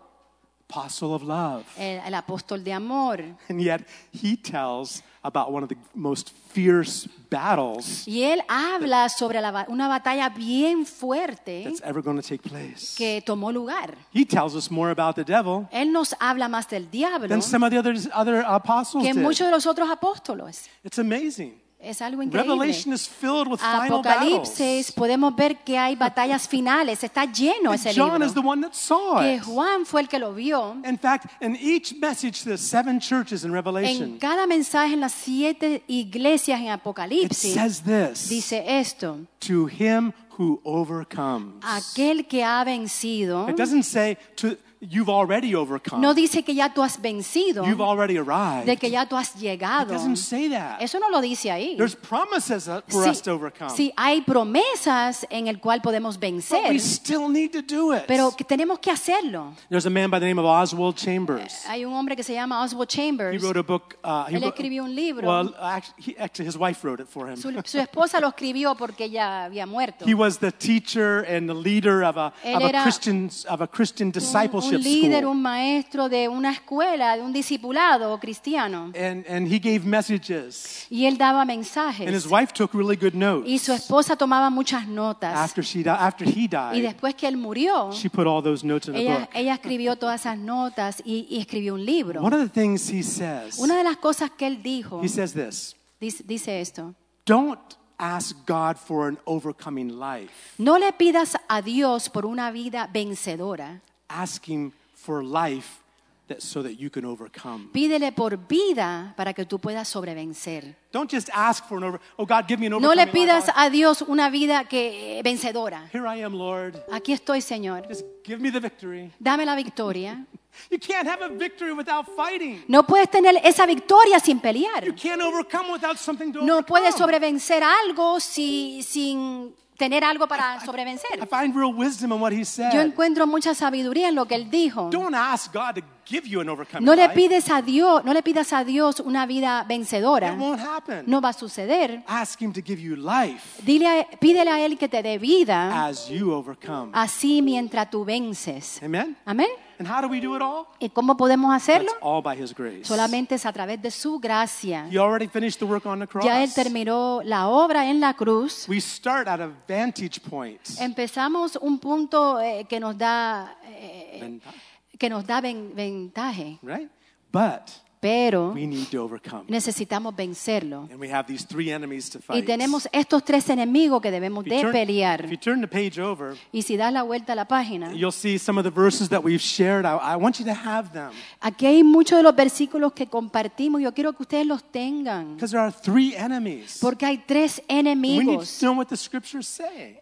Speaker 2: Apostle of Love. [laughs]
Speaker 1: el, el apóstol de amor.
Speaker 2: And yet he tells about one of the most fierce battles
Speaker 1: Y él habla sobre la ba- una batalla bien fuerte
Speaker 2: that's ever going to take place.
Speaker 1: que tomó lugar.
Speaker 2: He tells us more about the devil
Speaker 1: Él nos habla más del diablo
Speaker 2: than some of the other, other apostles
Speaker 1: que
Speaker 2: did.
Speaker 1: muchos de los otros apóstoles.
Speaker 2: It's amazing.
Speaker 1: Es algo increíble.
Speaker 2: Revelation is filled with final
Speaker 1: Apocalipsis
Speaker 2: battles.
Speaker 1: podemos ver que hay batallas finales, está lleno
Speaker 2: And
Speaker 1: ese
Speaker 2: John
Speaker 1: libro.
Speaker 2: is the one that saw
Speaker 1: Que
Speaker 2: it.
Speaker 1: Juan fue el que lo vio.
Speaker 2: In fact, in each message to the seven churches in
Speaker 1: En
Speaker 2: Revelation,
Speaker 1: cada mensaje en las siete iglesias en
Speaker 2: it
Speaker 1: Apocalipsis
Speaker 2: says this
Speaker 1: dice esto:
Speaker 2: to him who overcomes.
Speaker 1: aquel que ha vencido
Speaker 2: It doesn't say to you've already overcome.
Speaker 1: No dice que ya tú has vencido,
Speaker 2: You've already arrived.
Speaker 1: de que ya tú has
Speaker 2: it
Speaker 1: llegado.
Speaker 2: doesn't say that.
Speaker 1: Eso no lo dice ahí.
Speaker 2: There's promises that- for
Speaker 1: Sí,
Speaker 2: us to overcome.
Speaker 1: sí, hay promesas en el cual podemos
Speaker 2: but we
Speaker 1: vencer,
Speaker 2: still need to do it.
Speaker 1: pero que tenemos que hacerlo.
Speaker 2: There's a man by the name of Oswald Chambers.
Speaker 1: Hay un hombre que se llama Oswald
Speaker 2: He
Speaker 1: Chambers.
Speaker 2: wrote a book. Uh, he
Speaker 1: Él
Speaker 2: wrote-
Speaker 1: escribió un libro.
Speaker 2: Well, actually, he, actually, his wife wrote it for him.
Speaker 1: Su, su esposa lo escribió porque ella había muerto.
Speaker 2: He was the teacher and the leader of a,
Speaker 1: Él
Speaker 2: of a
Speaker 1: era
Speaker 2: Christian of a Christian
Speaker 1: Un,
Speaker 2: discipleship
Speaker 1: un líder,
Speaker 2: school.
Speaker 1: un maestro de una escuela, de un discipulado cristiano.
Speaker 2: And and he gave messages.
Speaker 1: Y él daba
Speaker 2: And his
Speaker 1: mensajes.
Speaker 2: wife took really good notes.
Speaker 1: Y su esposa tomaba muchas notas.
Speaker 2: after she di- after he died,
Speaker 1: Y después que él murió,
Speaker 2: she put all those notes in a
Speaker 1: ella,
Speaker 2: book.
Speaker 1: ella escribió todas esas notas y, y escribió un
Speaker 2: One
Speaker 1: libro.
Speaker 2: of the things he says,
Speaker 1: Una de las cosas que él dijo,
Speaker 2: he says this:
Speaker 1: dice, dice esto,
Speaker 2: Don't ask God for an overcoming life.
Speaker 1: no le pidas a Dios por una vida vencedora,
Speaker 2: Ask Him for life that so that you can overcome.
Speaker 1: pídele por vida para que tú puedas sobrevencer.
Speaker 2: Don't just ask for an over. Oh God, give me an
Speaker 1: No
Speaker 2: overcoming
Speaker 1: le
Speaker 2: life.
Speaker 1: pidas a Dios una vida que eh, vencedora.
Speaker 2: Here I am, Lord.
Speaker 1: Aquí estoy, Señor.
Speaker 2: Just give me the victory.
Speaker 1: Dame la victoria.
Speaker 2: You can't have a victory without fighting.
Speaker 1: No puedes tener esa victoria sin pelear.
Speaker 2: You can't overcome without something to
Speaker 1: No puedes
Speaker 2: overcome.
Speaker 1: sobrevencer algo si- sin tener algo para
Speaker 2: I
Speaker 1: sobrevencer.
Speaker 2: find real wisdom in what he said.
Speaker 1: Yo encuentro mucha sabiduría en lo que él dijo.
Speaker 2: Don't ask God to give you an overcoming
Speaker 1: No le
Speaker 2: life.
Speaker 1: pides a Dios, no le pidas a Dios una vida vencedora.
Speaker 2: It won't happen.
Speaker 1: No va a suceder.
Speaker 2: Ask Him to give you life
Speaker 1: Dile a- pídele a él que te dé vida
Speaker 2: as you overcome.
Speaker 1: así mientras tú vences.
Speaker 2: Amen?
Speaker 1: Amén.
Speaker 2: And how do we do it all?
Speaker 1: ¿Y cómo podemos hacerlo?
Speaker 2: That's all by His grace.
Speaker 1: Solamente es a través de su gracia.
Speaker 2: He already finished the work on the cross.
Speaker 1: Ya él terminó la obra en la cruz.
Speaker 2: We start at a vantage point.
Speaker 1: Empezamos un punto eh, que nos da eh,
Speaker 2: Ventaja.
Speaker 1: que nos da ven- ventaje,
Speaker 2: Right? But
Speaker 1: pero
Speaker 2: we need to overcome.
Speaker 1: necesitamos vencerlo.
Speaker 2: And we have these three enemies to fight.
Speaker 1: Y tenemos estos tres enemigos que debemos
Speaker 2: If you
Speaker 1: de
Speaker 2: turn- If you
Speaker 1: pelear.
Speaker 2: turn the page over,
Speaker 1: Y si das la vuelta a la página,
Speaker 2: you'll see some of the verses that we've shared. I, I want you to have them
Speaker 1: aquí hay muchos de los versículos que compartimos. Yo quiero que ustedes los tengan,
Speaker 2: because there are three enemies.
Speaker 1: porque hay tres
Speaker 2: we need to
Speaker 1: enemigos.
Speaker 2: know what the scriptures say.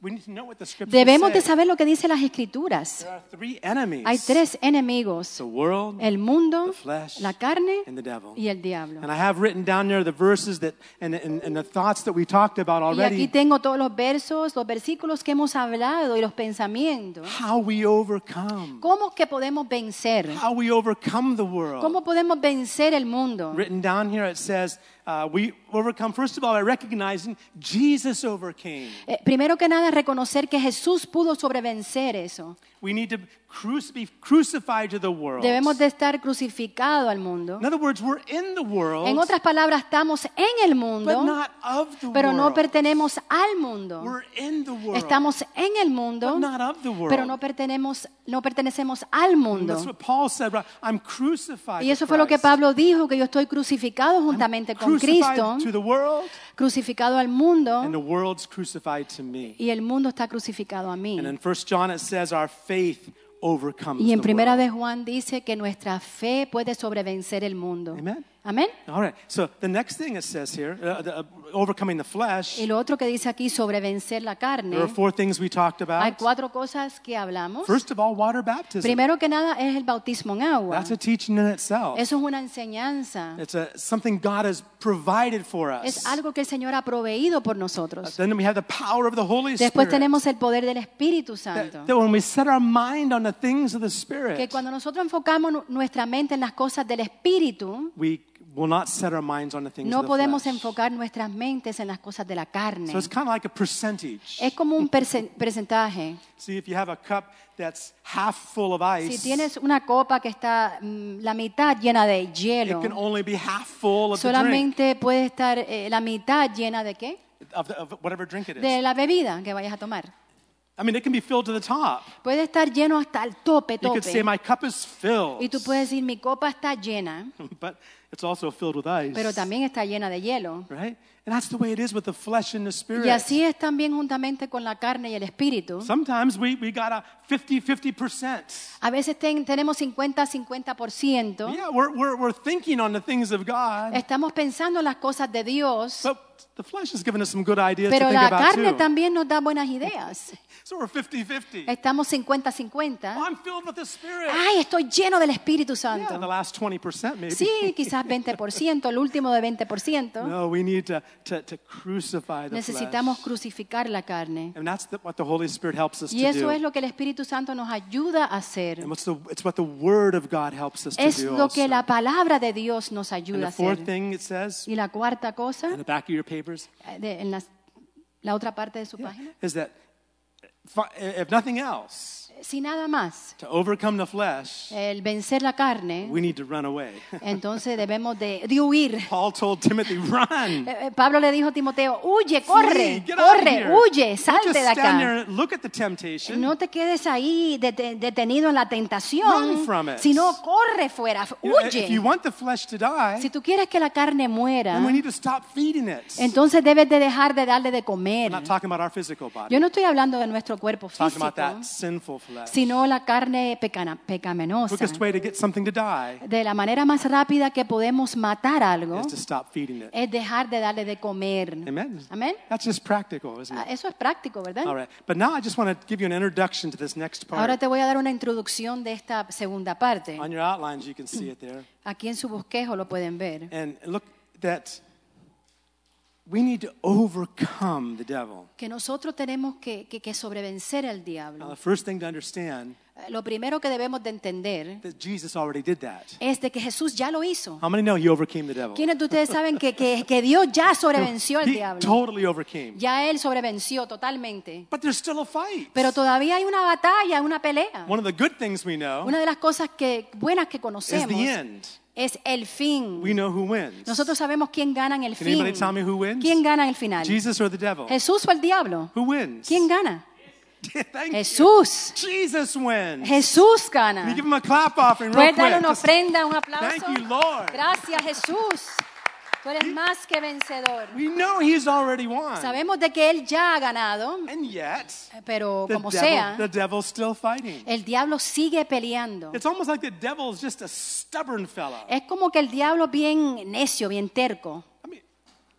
Speaker 2: We need to know what the scriptures
Speaker 1: Debemos de
Speaker 2: say.
Speaker 1: saber lo que dicen las escrituras.
Speaker 2: There are three enemies.
Speaker 1: Hay tres enemigos.
Speaker 2: The world.
Speaker 1: El mundo,
Speaker 2: the flesh,
Speaker 1: la carne
Speaker 2: and the devil.
Speaker 1: y el diablo.
Speaker 2: And I have written down there the verses that and, and, and the thoughts that we talked about
Speaker 1: Y aquí
Speaker 2: already.
Speaker 1: tengo todos los versos, los versículos que hemos hablado y los pensamientos.
Speaker 2: How we overcome.
Speaker 1: ¿Cómo es que podemos vencer?
Speaker 2: How we overcome the world.
Speaker 1: ¿Cómo podemos vencer el mundo?
Speaker 2: Written down here, it says uh, we overcome first of all by recognizing Jesus overcame.
Speaker 1: Eh, primero que nada, reconocer que Jesús pudo sobrevencer eso.
Speaker 2: We need to cruci- be crucified to the world.
Speaker 1: Debemos de estar crucificado al mundo.
Speaker 2: In other words, we're in the world,
Speaker 1: En otras palabras, estamos en el
Speaker 2: but
Speaker 1: mundo,
Speaker 2: not of the
Speaker 1: pero no
Speaker 2: world.
Speaker 1: pertenemos al mundo.
Speaker 2: we're in the world.
Speaker 1: Estamos en el mundo,
Speaker 2: But not of the world.
Speaker 1: pero no pertenemos, no pertenecemos al
Speaker 2: And That's
Speaker 1: mundo.
Speaker 2: what Paul said. right? I'm crucified.
Speaker 1: Y
Speaker 2: to
Speaker 1: eso fue lo que
Speaker 2: Christ.
Speaker 1: Pablo dijo, que yo estoy crucificado juntamente con
Speaker 2: crucified
Speaker 1: Cristo,
Speaker 2: to the world,
Speaker 1: crucificado al
Speaker 2: and the
Speaker 1: mundo,
Speaker 2: world's crucified to me.
Speaker 1: y el mundo está crucificado a mí.
Speaker 2: And in 1 John it says our faith overcomes
Speaker 1: Y en
Speaker 2: the
Speaker 1: primera
Speaker 2: world.
Speaker 1: de Juan dice que nuestra fe puede sobrevencer el mundo.
Speaker 2: Amen.
Speaker 1: Amén.
Speaker 2: All right. So the next thing it says here, uh, the, uh, overcoming the flesh.
Speaker 1: Y lo otro que dice aquí, sobrevencer la carne.
Speaker 2: There are four things we talked
Speaker 1: Hay
Speaker 2: about.
Speaker 1: cuatro cosas que hablamos.
Speaker 2: First of all, water baptism.
Speaker 1: Primero que nada es el bautismo en agua.
Speaker 2: That's a
Speaker 1: Eso
Speaker 2: teaching in itself.
Speaker 1: es una enseñanza.
Speaker 2: It's a, something God has provided for us.
Speaker 1: Es algo que el Señor ha proveído por
Speaker 2: Uh,
Speaker 1: nosotros.
Speaker 2: Then we have the power of the Holy
Speaker 1: Después
Speaker 2: Spirit.
Speaker 1: tenemos el poder del Espíritu Santo.
Speaker 2: that, that when we set our mind on the things of the Spirit,
Speaker 1: Que cuando nosotros enfocamos nu- nuestra mente en las cosas del Espíritu,
Speaker 2: we will not set our minds on the things
Speaker 1: no
Speaker 2: of the
Speaker 1: podemos
Speaker 2: flesh.
Speaker 1: enfocar nuestras mentes en las cosas de la carne.
Speaker 2: So it's kind of like a percentage.
Speaker 1: Es como
Speaker 2: [laughs]
Speaker 1: un perce- porcentaje.
Speaker 2: See, if you have a cup that's half full of ice,
Speaker 1: Si tienes una copa que está mm, la mitad llena de
Speaker 2: it
Speaker 1: hielo,
Speaker 2: can only be half full of the drink,
Speaker 1: solamente puede estar eh, la mitad llena de qué?
Speaker 2: of, the, of whatever drink it is.
Speaker 1: De la bebida que vayas a tomar.
Speaker 2: I mean, it can be filled to the top.
Speaker 1: Puede estar lleno hasta el tope,
Speaker 2: You could say,
Speaker 1: tope.
Speaker 2: my cup is filled.
Speaker 1: Y tú puedes decir, mi copa está llena,
Speaker 2: [laughs] But it's also filled with ice.
Speaker 1: pero también está llena de hielo.
Speaker 2: Right? And that's the way it is with the flesh and the spirit.
Speaker 1: Y así es también juntamente con la carne y el espíritu.
Speaker 2: Sometimes we, we got a 50 50%.
Speaker 1: A veces ten- tenemos 50-50%.
Speaker 2: Yeah, we're, we're, we're thinking on the things of God,
Speaker 1: Estamos pensando en las cosas de Dios,
Speaker 2: but the flesh has given us some good ideas
Speaker 1: pero
Speaker 2: to
Speaker 1: la
Speaker 2: think about
Speaker 1: carne
Speaker 2: too.
Speaker 1: también nos da buenas ideas.
Speaker 2: So we're 50 50.
Speaker 1: Estamos 50-50.
Speaker 2: I'm filled with the spirit.
Speaker 1: Ay, estoy lleno del Espíritu
Speaker 2: Yeah, the
Speaker 1: Santo.
Speaker 2: last 20% maybe.
Speaker 1: Sí, quizás 20%, el último de 20%.
Speaker 2: No, we need to, to, to crucify the
Speaker 1: Necesitamos
Speaker 2: flesh.
Speaker 1: crucificar la carne.
Speaker 2: And that's the, what the Holy Spirit helps us
Speaker 1: Y
Speaker 2: to
Speaker 1: eso
Speaker 2: do.
Speaker 1: es lo que el Espíritu Santo nos ayuda a hacer.
Speaker 2: And what's the, it's what the Word of God helps us
Speaker 1: Es
Speaker 2: to do.
Speaker 1: lo que
Speaker 2: also.
Speaker 1: la palabra de Dios nos
Speaker 2: and
Speaker 1: ayuda a
Speaker 2: the fourth
Speaker 1: hacer.
Speaker 2: thing it says
Speaker 1: Y la cuarta cosa,
Speaker 2: in the back of your papers
Speaker 1: eh, de- en las- la otra parte de su página,
Speaker 2: is that fi- if nothing else,
Speaker 1: si nada más,
Speaker 2: to overcome the flesh,
Speaker 1: el vencer la carne,
Speaker 2: we need to run away. [laughs]
Speaker 1: entonces debemos de, de huir. Eh,
Speaker 2: Paul told Timothy, run.
Speaker 1: eh, Pablo le dijo a Timoteo, huye,
Speaker 2: Flee,
Speaker 1: corre,
Speaker 2: get out of
Speaker 1: corre,
Speaker 2: here.
Speaker 1: huye,
Speaker 2: Don't
Speaker 1: salte
Speaker 2: just
Speaker 1: de
Speaker 2: Stand
Speaker 1: acá.
Speaker 2: there and look at the temptation.
Speaker 1: No te quedes ahí dete- detenido en la
Speaker 2: Run
Speaker 1: tentación,
Speaker 2: from it.
Speaker 1: sino corre fuera,
Speaker 2: You know, if
Speaker 1: huye.
Speaker 2: you want the flesh to die,
Speaker 1: Si tú quieres que la carne muera,
Speaker 2: then we need to stop feeding it.
Speaker 1: entonces debes de dejar de darle de
Speaker 2: I'm
Speaker 1: comer.
Speaker 2: not talking about our physical body.
Speaker 1: Yo no estoy hablando de nuestro cuerpo
Speaker 2: I'm talking
Speaker 1: físico,
Speaker 2: about that sinful flesh.
Speaker 1: sino la carne pecana- pecaminosa.
Speaker 2: Quickest way to get something to die
Speaker 1: De la manera más rápida que podemos matar algo
Speaker 2: is to stop feeding it.
Speaker 1: es dejar de darle de comer.
Speaker 2: Amen.
Speaker 1: Amén.
Speaker 2: That's just practical, isn't
Speaker 1: Ah,
Speaker 2: it?
Speaker 1: Eso es práctico, ¿verdad?
Speaker 2: All right. But now I just want to give you an introduction to this next
Speaker 1: Ahora
Speaker 2: part.
Speaker 1: te voy a dar una introducción de esta segunda parte.
Speaker 2: On your outlines, you can see
Speaker 1: [clears throat]
Speaker 2: it there.
Speaker 1: Aquí en su bosquejo lo pueden ver.
Speaker 2: And look that we need to overcome the devil.
Speaker 1: que nosotros tenemos que, que- que sobrevencer al
Speaker 2: Now,
Speaker 1: diablo.
Speaker 2: the first thing to understand
Speaker 1: Eh, Lo primero que debemos de entender
Speaker 2: that Jesus already did that.
Speaker 1: es de que Jesús ya lo hizo.
Speaker 2: How many know he overcame the devil?
Speaker 1: ¿Quiénes de ustedes saben que, que- que Dios ya sobrevenció al
Speaker 2: He
Speaker 1: diablo?
Speaker 2: totally overcame.
Speaker 1: Ya Él sobrevenció totalmente.
Speaker 2: But there's still a fight.
Speaker 1: Pero todavía hay una batalla, una pelea.
Speaker 2: One of the good things we know
Speaker 1: Una de las cosas que, buenas que
Speaker 2: is
Speaker 1: conocemos
Speaker 2: the end.
Speaker 1: es el fin.
Speaker 2: We know who wins.
Speaker 1: Nosotros sabemos quién gana en el
Speaker 2: Can
Speaker 1: fin.
Speaker 2: anybody tell me who wins?
Speaker 1: ¿Quién gana en el final?
Speaker 2: Jesus or the devil?
Speaker 1: ¿Jesús o el diablo?
Speaker 2: Who wins?
Speaker 1: ¿Quién gana?
Speaker 2: [laughs] Thank you.
Speaker 1: Jesús.
Speaker 2: Jesus wins.
Speaker 1: Jesús
Speaker 2: Can
Speaker 1: gana.
Speaker 2: you give him a clap offering
Speaker 1: Puedes
Speaker 2: real
Speaker 1: Uh-huh. darle
Speaker 2: quick?
Speaker 1: una
Speaker 2: Just-
Speaker 1: ofrenda, un aplauso.
Speaker 2: Thank you, Lord.
Speaker 1: Gracias, Jesús. Tú eres más que vencedor.
Speaker 2: We know he's already won.
Speaker 1: Sabemos de que Él ya ha ganado,
Speaker 2: And yet,
Speaker 1: pero
Speaker 2: the
Speaker 1: como
Speaker 2: devil,
Speaker 1: sea, Eh,
Speaker 2: the devil's still fighting.
Speaker 1: el diablo sigue peleando.
Speaker 2: It's almost like the devil's just a stubborn fellow.
Speaker 1: Es como que el diablo es bien necio, bien terco.
Speaker 2: I mean,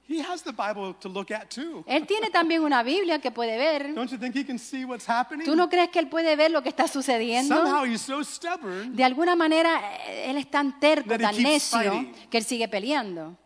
Speaker 2: he has the Bible to look at too.
Speaker 1: Él tiene también una Biblia que puede ver.
Speaker 2: Don't you think he can see what's happening?
Speaker 1: ¿Tú no crees que Él puede ver lo que está
Speaker 2: Somehow
Speaker 1: sucediendo?
Speaker 2: he's so stubborn,
Speaker 1: De alguna manera, eh, Él es tan terco,
Speaker 2: That he
Speaker 1: tan
Speaker 2: keeps
Speaker 1: necio,
Speaker 2: fighting.
Speaker 1: que Él sigue peleando.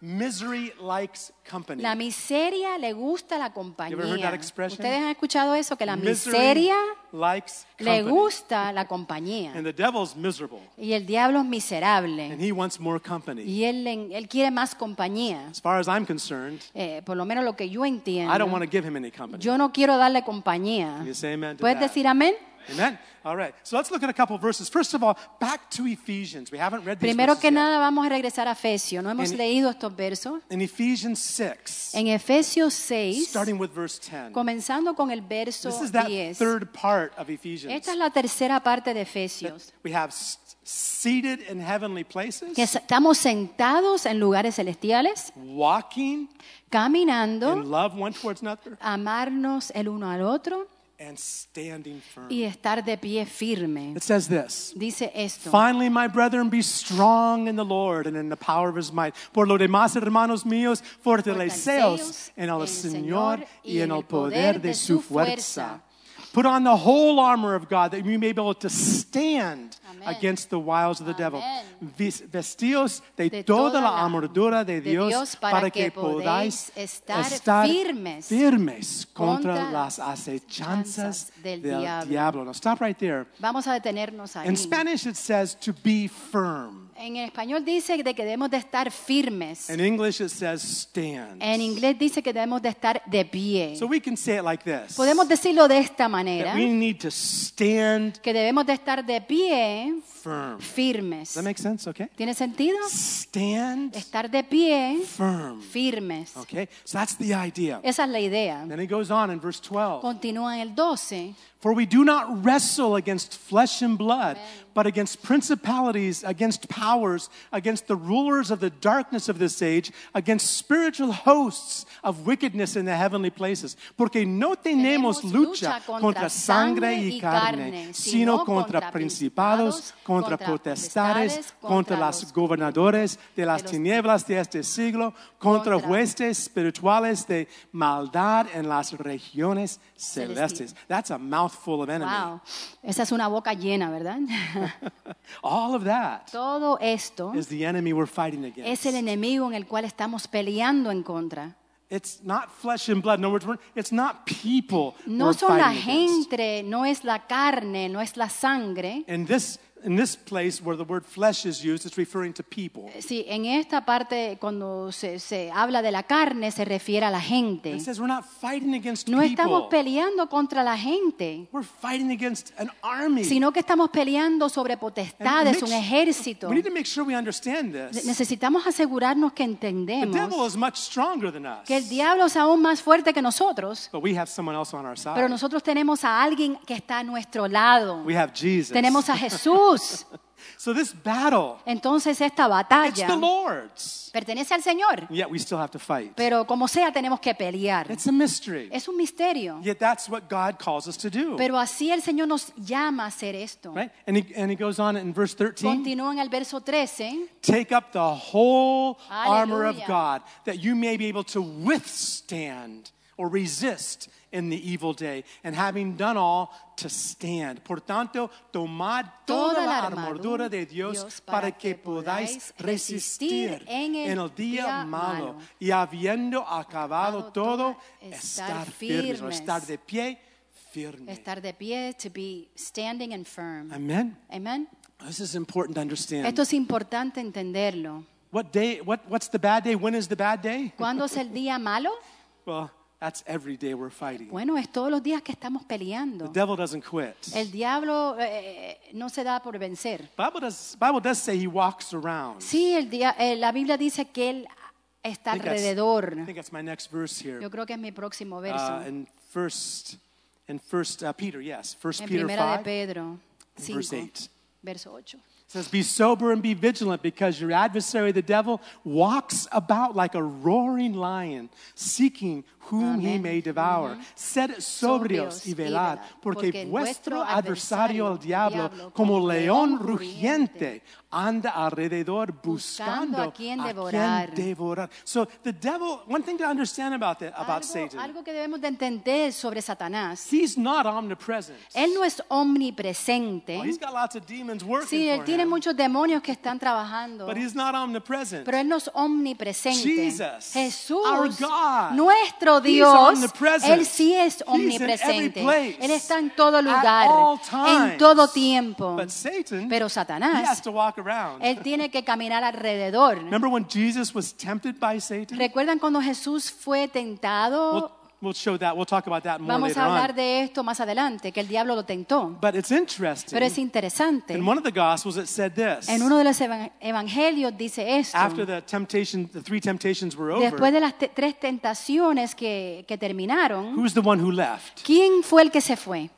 Speaker 2: misery likes company.
Speaker 1: La miseria le gusta la
Speaker 2: heard
Speaker 1: compañía.
Speaker 2: that expression?
Speaker 1: ¿Ustedes han escuchado eso? Que la
Speaker 2: misery
Speaker 1: miseria
Speaker 2: likes company.
Speaker 1: le gusta la compañía.
Speaker 2: And the devil's miserable,
Speaker 1: Y el diablo es miserable.
Speaker 2: and he wants more company.
Speaker 1: Y él, en- él quiere más compañía.
Speaker 2: As far as I'm concerned,
Speaker 1: Eh, por lo menos lo que yo
Speaker 2: I don't
Speaker 1: entiendo.
Speaker 2: want to give him any company.
Speaker 1: Yo no quiero darle compañía.
Speaker 2: Can you say amen to
Speaker 1: ¿Puedes
Speaker 2: that?
Speaker 1: decir amén?
Speaker 2: Amen. All right. So let's look at a couple verses. First of all, back to Ephesians. We haven't read these
Speaker 1: Primero
Speaker 2: verses
Speaker 1: que
Speaker 2: yet.
Speaker 1: nada vamos a regresar a Efesios. No hemos
Speaker 2: En-
Speaker 1: leído estos versos.
Speaker 2: In Ephesians 6,
Speaker 1: En Efesios 6,
Speaker 2: starting with verse 10.
Speaker 1: comenzando con el verso
Speaker 2: This is that
Speaker 1: 10.
Speaker 2: third part of Ephesians.
Speaker 1: Esta es la tercera parte de
Speaker 2: that
Speaker 1: Efesios.
Speaker 2: We have s- seated in heavenly places,
Speaker 1: Que es- estamos sentados en lugares celestiales,
Speaker 2: walking in
Speaker 1: caminando,
Speaker 2: love one towards another,
Speaker 1: amarnos el uno al otro
Speaker 2: and standing firm.
Speaker 1: y estar de pie firme.
Speaker 2: It says this.
Speaker 1: Dice esto.
Speaker 2: Finally, my brethren, be strong in the Lord and in the power of his might. Por lo demás, hermanos míos, fortaleceos
Speaker 1: Fortaleceos
Speaker 2: en el
Speaker 1: en el
Speaker 2: Señor
Speaker 1: Señor
Speaker 2: y en el poder de su fuerza.
Speaker 1: fuerza.
Speaker 2: Put on the whole armor of God that you may be able to stand
Speaker 1: Amén.
Speaker 2: against the wiles of the devil.
Speaker 1: Amén.
Speaker 2: Vis- Vestíos de,
Speaker 1: De
Speaker 2: toda
Speaker 1: toda
Speaker 2: la
Speaker 1: la-
Speaker 2: armadura de
Speaker 1: de
Speaker 2: Dios,
Speaker 1: Dios
Speaker 2: para,
Speaker 1: para
Speaker 2: que,
Speaker 1: que
Speaker 2: podáis
Speaker 1: podéis estar firmes
Speaker 2: firmes contra,
Speaker 1: contra
Speaker 2: las
Speaker 1: las
Speaker 2: acechanzas
Speaker 1: acechanzas
Speaker 2: del,
Speaker 1: del diablo.
Speaker 2: diablo. Now stop right there.
Speaker 1: Vamos a detenernos ahí.
Speaker 2: In Spanish, it says to be firm.
Speaker 1: En el español dice de que debemos de estar firmes.
Speaker 2: In English, it says stand.
Speaker 1: En inglés dice que debemos de estar de pie.
Speaker 2: So we can say it like this
Speaker 1: Podemos ¿eh? decirlo de esta
Speaker 2: that
Speaker 1: manera,
Speaker 2: we need to stand
Speaker 1: que debemos de estar de pie
Speaker 2: firm. Does
Speaker 1: firmes.
Speaker 2: that make sense? Okay.
Speaker 1: ¿Tiene sentido?
Speaker 2: Stand
Speaker 1: Estar de pie
Speaker 2: firm.
Speaker 1: firmes.
Speaker 2: Okay. So that's the idea.
Speaker 1: Esa es la idea.
Speaker 2: Then he goes on in verse 12
Speaker 1: Continúa en el 12.
Speaker 2: For we do not wrestle against flesh and blood, but against principalities, against powers, against the rulers of the darkness of this age, against spiritual hosts of wickedness in the heavenly places. Porque no tenemos lucha contra sangre y carne, sino contra principados, contra potestades, contra los gobernadores de las tinieblas de este siglo, contra huestes espirituales de maldad en las regiones celestes. That's a mouthful of enemy.
Speaker 1: Wow. Esa es una boca llena, ¿verdad?
Speaker 2: [laughs] All of that
Speaker 1: Todo esto
Speaker 2: is the enemy we're fighting
Speaker 1: es
Speaker 2: against.
Speaker 1: el enemigo en el cual estamos peleando en contra.
Speaker 2: It's not flesh and blood. In other words, we're- it's not people
Speaker 1: No
Speaker 2: we're
Speaker 1: son la
Speaker 2: fighting against.
Speaker 1: gente, no es la carne, no es la sangre.
Speaker 2: In this, in this place where the word flesh is used, it's referring to people.
Speaker 1: Sí, en esta parte cuando se, se habla de la carne se refiere a la gente.
Speaker 2: It says we're not fighting against
Speaker 1: No estamos
Speaker 2: people.
Speaker 1: peleando contra la gente,
Speaker 2: We're fighting against an army.
Speaker 1: sino que estamos peleando sobre
Speaker 2: And
Speaker 1: potestades,
Speaker 2: make
Speaker 1: un
Speaker 2: su-
Speaker 1: ejército.
Speaker 2: We need to make sure we understand this.
Speaker 1: Necesitamos asegurarnos que
Speaker 2: The devil
Speaker 1: entendemos
Speaker 2: is much stronger than us.
Speaker 1: que el diablo es aún más fuerte que nosotros,
Speaker 2: But we have someone else on our
Speaker 1: pero
Speaker 2: side.
Speaker 1: nosotros tenemos a alguien que está a nuestro lado.
Speaker 2: We have Jesus.
Speaker 1: Tenemos a Jesús.
Speaker 2: So this battle,
Speaker 1: Entonces esta
Speaker 2: it's
Speaker 1: batalla
Speaker 2: the Lord's.
Speaker 1: pertenece al Señor,
Speaker 2: Yet we still have to fight.
Speaker 1: pero como sea tenemos que pelear.
Speaker 2: It's a mystery.
Speaker 1: Es un misterio,
Speaker 2: Yet that's what God calls us to do.
Speaker 1: pero así el Señor nos llama a hacer esto.
Speaker 2: Right? And he, and he goes on in verse 13
Speaker 1: Continúa en el verso 13.
Speaker 2: take up the whole armor of
Speaker 1: Hallelujah.
Speaker 2: God that you may be able to withstand or resist in the evil day and having done all to stand. Por tanto, tomad toda, la armadura de Dios, para que podáis resistir en el, día malo y habiendo acabado
Speaker 1: Acabado
Speaker 2: todo,
Speaker 1: todo,
Speaker 2: estar
Speaker 1: estar
Speaker 2: firmes o estar
Speaker 1: firmes.
Speaker 2: de pie firme.
Speaker 1: Estar de pie, to be standing and firm.
Speaker 2: Amen.
Speaker 1: Amen.
Speaker 2: This is important to understand.
Speaker 1: Esto es importante entenderlo.
Speaker 2: What day? What, what's the bad day? When is the bad day?
Speaker 1: ¿Cuándo es el día malo?
Speaker 2: Well, that's every day we're fighting.
Speaker 1: Bueno, es todos los días que estamos
Speaker 2: The
Speaker 1: peleando.
Speaker 2: devil doesn't quit.
Speaker 1: El diablo eh, no se da por vencer.
Speaker 2: Bible does, Bible does say he walks around.
Speaker 1: Sí, el dia- eh, la Biblia dice que él está
Speaker 2: I think that's-
Speaker 1: alrededor.
Speaker 2: I think that's my next verse here.
Speaker 1: Yo creo que es mi próximo verso.
Speaker 2: Uh, in first, in first uh, Peter, yes, first
Speaker 1: En
Speaker 2: Peter
Speaker 1: primera de
Speaker 2: five,
Speaker 1: Pedro
Speaker 2: and verse
Speaker 1: 5,
Speaker 2: eight.
Speaker 1: verso 8.
Speaker 2: It says, Be sober and be vigilant, because your adversary, the devil, walks about like a roaring lion, seeking whom he
Speaker 1: Amén.
Speaker 2: may devour. Sed sobrios
Speaker 1: Sobrios
Speaker 2: y
Speaker 1: y
Speaker 2: velad,
Speaker 1: velad,
Speaker 2: porque
Speaker 1: porque
Speaker 2: vuestro
Speaker 1: vuestro
Speaker 2: adversario, el diablo,
Speaker 1: diablo,
Speaker 2: como
Speaker 1: como
Speaker 2: león
Speaker 1: león rugiente,
Speaker 2: rugiente, anda alrededor buscando
Speaker 1: buscando a quien devorar.
Speaker 2: devorar. So the devil, one thing to understand about, that,
Speaker 1: Algo,
Speaker 2: about Satan,
Speaker 1: algo que debemos de entender sobre Satanás.
Speaker 2: he's not omnipresent.
Speaker 1: Él no es
Speaker 2: Well, Oh, he's
Speaker 1: omnipresente.
Speaker 2: got lots of demons working
Speaker 1: Sí, él
Speaker 2: for
Speaker 1: tiene
Speaker 2: him,
Speaker 1: muchos demonios que están trabajando.
Speaker 2: but he's not omnipresent.
Speaker 1: Pero Él no es omnipresente.
Speaker 2: Jesus,
Speaker 1: Jesús,
Speaker 2: our God,
Speaker 1: nuestro
Speaker 2: He's
Speaker 1: Dios,
Speaker 2: omnipresent.
Speaker 1: Él sí es
Speaker 2: He's in every
Speaker 1: omnipresente.
Speaker 2: place,
Speaker 1: Él está en todo
Speaker 2: at
Speaker 1: lugar,
Speaker 2: all times.
Speaker 1: en todo tiempo.
Speaker 2: But Satan,
Speaker 1: Pero
Speaker 2: he has
Speaker 1: Satanás,
Speaker 2: to walk around.
Speaker 1: Él tiene que caminar alrededor.
Speaker 2: Remember when Jesus was tempted by Satan?
Speaker 1: ¿Recuerdan cuando Jesús fue
Speaker 2: We'll,
Speaker 1: tentado?
Speaker 2: we'll show that. We'll talk about that more
Speaker 1: Vamos
Speaker 2: later
Speaker 1: a hablar
Speaker 2: on.
Speaker 1: de esto más adelante, que el diablo lo tentó.
Speaker 2: But it's interesting.
Speaker 1: Pero es interesante.
Speaker 2: In one of the Gospels, it said this.
Speaker 1: En uno de los evan- evangelios dice esto.
Speaker 2: After the temptation, the three temptations were over,
Speaker 1: Después de las te- tres tentaciones que, que terminaron,
Speaker 2: who's the one who left?
Speaker 1: ¿quién fue el que se fue?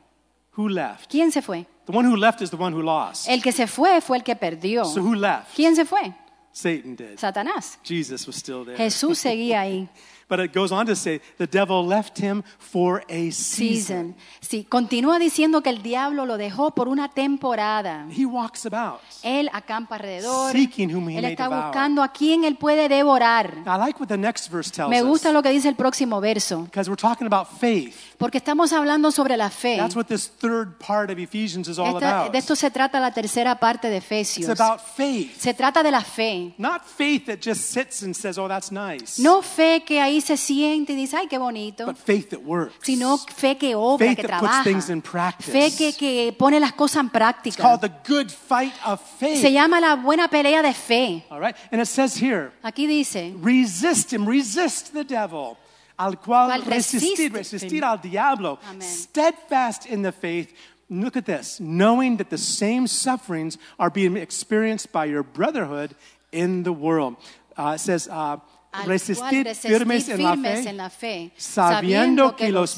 Speaker 2: Who left?
Speaker 1: ¿Quién se fue?
Speaker 2: The one who left is the one who lost.
Speaker 1: El que se fue fue el que perdió.
Speaker 2: So who left?
Speaker 1: ¿Quién se fue?
Speaker 2: Satan did.
Speaker 1: Satanás.
Speaker 2: Jesus was still there.
Speaker 1: Jesús seguía
Speaker 2: [laughs]
Speaker 1: ahí.
Speaker 2: But it goes on to say the devil left him for a season.
Speaker 1: Season. Sí, continúa diciendo que el diablo lo dejó por una temporada.
Speaker 2: He walks about.
Speaker 1: Él acampa alrededor.
Speaker 2: Seeking whom he
Speaker 1: Él
Speaker 2: may
Speaker 1: está
Speaker 2: devour.
Speaker 1: buscando a quien él puede devorar.
Speaker 2: I like what the next verse tells
Speaker 1: Me gusta
Speaker 2: us
Speaker 1: lo que dice el próximo verso,
Speaker 2: because we're talking about faith.
Speaker 1: porque estamos hablando sobre la fe.
Speaker 2: That's what this third part of Ephesians is all
Speaker 1: Esta-
Speaker 2: about.
Speaker 1: de esto se trata la tercera parte de
Speaker 2: It's
Speaker 1: Efesios.
Speaker 2: about faith.
Speaker 1: Se trata de la fe.
Speaker 2: Not faith that just sits and says, oh, that's nice.
Speaker 1: No fe que ahí se siente y dice, ay, qué bonito.
Speaker 2: But faith that works.
Speaker 1: Sino fe que obra,
Speaker 2: Faith
Speaker 1: que
Speaker 2: that puts
Speaker 1: trabaja.
Speaker 2: things in practice.
Speaker 1: Fe que, que pone las cosas en
Speaker 2: It's
Speaker 1: práctica.
Speaker 2: called the good fight of faith.
Speaker 1: Se llama la buena pelea de fe.
Speaker 2: all right? And it says here,
Speaker 1: Aquí dice,
Speaker 2: resist him, resist the devil. Al cual
Speaker 1: Cual
Speaker 2: resistir,
Speaker 1: resiste.
Speaker 2: resistir al diablo.
Speaker 1: Amén.
Speaker 2: Steadfast in the faith. Look at this, knowing that the same sufferings are being experienced by your brotherhood in the world. Uh, it says, uh,
Speaker 1: al cual
Speaker 2: resistir
Speaker 1: resistir
Speaker 2: firmes en la
Speaker 1: firmes
Speaker 2: fe,
Speaker 1: en la fe,
Speaker 2: sabiendo que los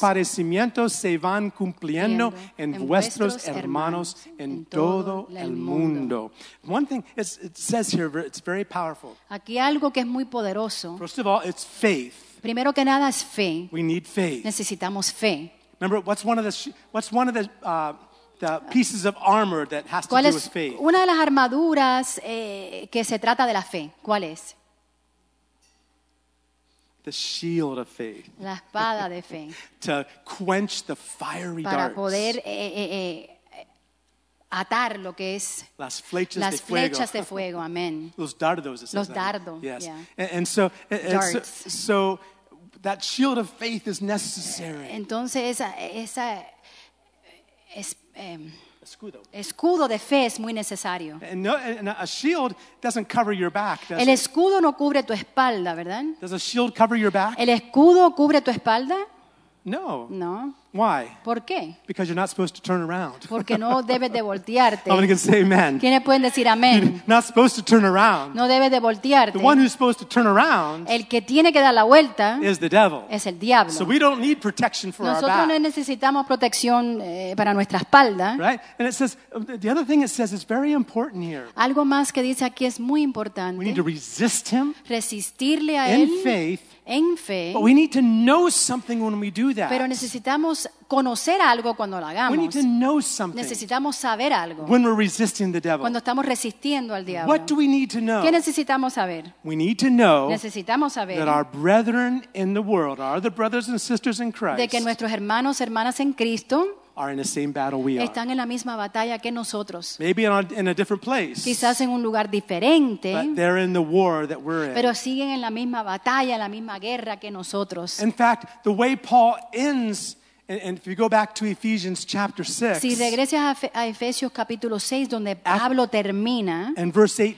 Speaker 1: parecen
Speaker 2: padecimientos se van cumpliendo
Speaker 1: cumpliendo
Speaker 2: en
Speaker 1: en
Speaker 2: vuestros
Speaker 1: vuestros
Speaker 2: hermanos
Speaker 1: hermanos
Speaker 2: en
Speaker 1: en
Speaker 2: todo
Speaker 1: todo
Speaker 2: el
Speaker 1: el mundo.
Speaker 2: mundo. One thing it's- it says here, it's very powerful.
Speaker 1: Aquí algo que es muy poderoso.
Speaker 2: First of all, it's faith.
Speaker 1: Primero que nada es fe.
Speaker 2: We need faith.
Speaker 1: Necesitamos fe.
Speaker 2: Remember, what's one of the sh- what's one of the uh, the pieces of armor that has to
Speaker 1: ¿Cuál
Speaker 2: do with
Speaker 1: es
Speaker 2: faith?
Speaker 1: una de las armaduras eh, que se trata de la fe? ¿Cuál es?
Speaker 2: The shield of faith
Speaker 1: La espada de fe.
Speaker 2: to quench the fiery
Speaker 1: Para
Speaker 2: darts.
Speaker 1: poder eh, eh, eh, atar lo que es
Speaker 2: Las flechas de
Speaker 1: las
Speaker 2: fuego.
Speaker 1: flechas de fuego. Amén.
Speaker 2: Los dardos. it says
Speaker 1: Los
Speaker 2: that, right?
Speaker 1: dardo,
Speaker 2: Yes.
Speaker 1: yeah.
Speaker 2: And, and so, and- and so,
Speaker 1: Darts.
Speaker 2: so that shield of faith is necessary.
Speaker 1: Entonces, esa, esa es- eh,
Speaker 2: Escudo.
Speaker 1: escudo de fe es muy necesario.
Speaker 2: And, no, and a shield doesn't cover your back. Does
Speaker 1: El
Speaker 2: it?
Speaker 1: escudo no cubre tu espalda, ¿verdad?
Speaker 2: Does a shield cover your back?
Speaker 1: ¿El escudo cubre tu espalda?
Speaker 2: No.
Speaker 1: No.
Speaker 2: Why?
Speaker 1: ¿Por qué?
Speaker 2: Because you're not supposed to turn around.
Speaker 1: Porque
Speaker 2: [laughs]
Speaker 1: no debes de voltearte.
Speaker 2: How many can say amen?
Speaker 1: ¿Quiénes pueden decir amén?
Speaker 2: Not supposed to turn around.
Speaker 1: No debes de voltearte.
Speaker 2: The one who's supposed to turn around
Speaker 1: El que tiene que dar la vuelta
Speaker 2: is the devil.
Speaker 1: es el diablo.
Speaker 2: So we don't need protection for our
Speaker 1: Nosotros no
Speaker 2: back,
Speaker 1: necesitamos protección eh, para nuestra espalda.
Speaker 2: right? And it says uh, the other thing it says is very important here.
Speaker 1: Algo más que dice aquí es muy
Speaker 2: We need to
Speaker 1: importante.
Speaker 2: resist him
Speaker 1: Resistirle a
Speaker 2: in
Speaker 1: él
Speaker 2: faith,
Speaker 1: en fe.
Speaker 2: but we need to know something when we
Speaker 1: Pero
Speaker 2: do that.
Speaker 1: necesitamos conocer algo cuando lo
Speaker 2: We
Speaker 1: hagamos.
Speaker 2: need to know something
Speaker 1: Necesitamos saber algo
Speaker 2: when we're resisting the
Speaker 1: cuando
Speaker 2: devil.
Speaker 1: estamos resistiendo al diablo.
Speaker 2: What do we need to
Speaker 1: ¿Qué
Speaker 2: know?
Speaker 1: necesitamos saber?
Speaker 2: We need to know
Speaker 1: Necesitamos saber
Speaker 2: that our brethren in the world, our other brothers and sisters
Speaker 1: de
Speaker 2: in
Speaker 1: que
Speaker 2: Christ,
Speaker 1: nuestros hermanos, hermanas en Cristo
Speaker 2: are in the same battle we are.
Speaker 1: están en la misma batalla que nosotros.
Speaker 2: Maybe in a, in a different place,
Speaker 1: Quizás en un lugar diferente,
Speaker 2: but they're in the war that we're in.
Speaker 1: pero siguen en la misma batalla, en la misma guerra que nosotros.
Speaker 2: In fact, the way Paul ends, and, and if you go back to Ephesians chapter 6
Speaker 1: Si regresas a, Fe- a Efesios capítulo 6, donde
Speaker 2: Ah.
Speaker 1: Pablo termina
Speaker 2: and verse
Speaker 1: en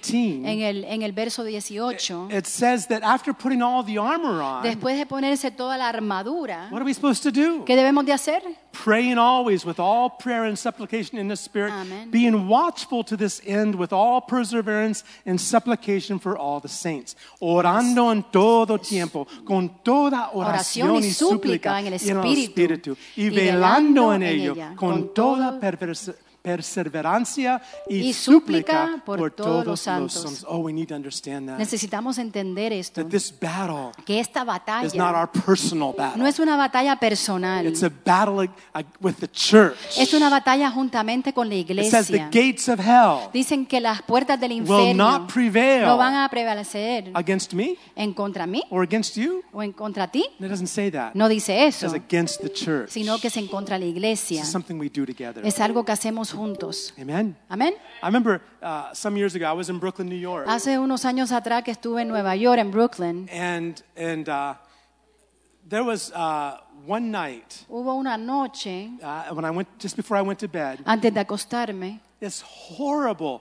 Speaker 2: 18,
Speaker 1: el, en el verso 18,
Speaker 2: it says that after putting all the armor on,
Speaker 1: después de ponerse toda la armadura,
Speaker 2: what are we supposed to do?
Speaker 1: ¿qué debemos de hacer?
Speaker 2: Praying always with all prayer and supplication in the Spirit,
Speaker 1: Amen.
Speaker 2: being watchful to this end with all perseverance and supplication for all the saints. Orando en todo tiempo, con toda oración,
Speaker 1: Oración y súplica en el
Speaker 2: y
Speaker 1: Espíritu,
Speaker 2: y
Speaker 1: y
Speaker 2: velando
Speaker 1: velando
Speaker 2: en
Speaker 1: en
Speaker 2: ello,
Speaker 1: ella,
Speaker 2: con
Speaker 1: con
Speaker 2: toda
Speaker 1: todo-
Speaker 2: pervers- perseverancia y,
Speaker 1: y súplica por todos los santos.
Speaker 2: santos. Oh, we need to understand that.
Speaker 1: Necesitamos entender esto,
Speaker 2: That this battle
Speaker 1: que esta
Speaker 2: is not
Speaker 1: batalla
Speaker 2: our personal battle.
Speaker 1: no es una batalla personal,
Speaker 2: It's a battle ag- ag- with the church.
Speaker 1: es una batalla juntamente con la
Speaker 2: It says the
Speaker 1: iglesia.
Speaker 2: gates of hell
Speaker 1: Dicen que las puertas del
Speaker 2: will
Speaker 1: infierno
Speaker 2: not prevail
Speaker 1: no van a prevalecer
Speaker 2: against me
Speaker 1: en contra mí
Speaker 2: or against you.
Speaker 1: o en contra ti.
Speaker 2: And It doesn't say that.
Speaker 1: No dice
Speaker 2: It
Speaker 1: eso,
Speaker 2: says against the church.
Speaker 1: sino que es en contra de la iglesia.
Speaker 2: It's something we do together.
Speaker 1: Es algo que hacemos juntos.
Speaker 2: Amen.
Speaker 1: Amén.
Speaker 2: I remember uh, some years ago I was in Brooklyn, New York,
Speaker 1: Hace unos años atrás que estuve en Nueva York, en Brooklyn,
Speaker 2: and and uh, there was uh, one night
Speaker 1: hubo una noche
Speaker 2: uh, when I went just before I went to bed,
Speaker 1: antes de acostarme.
Speaker 2: this horrible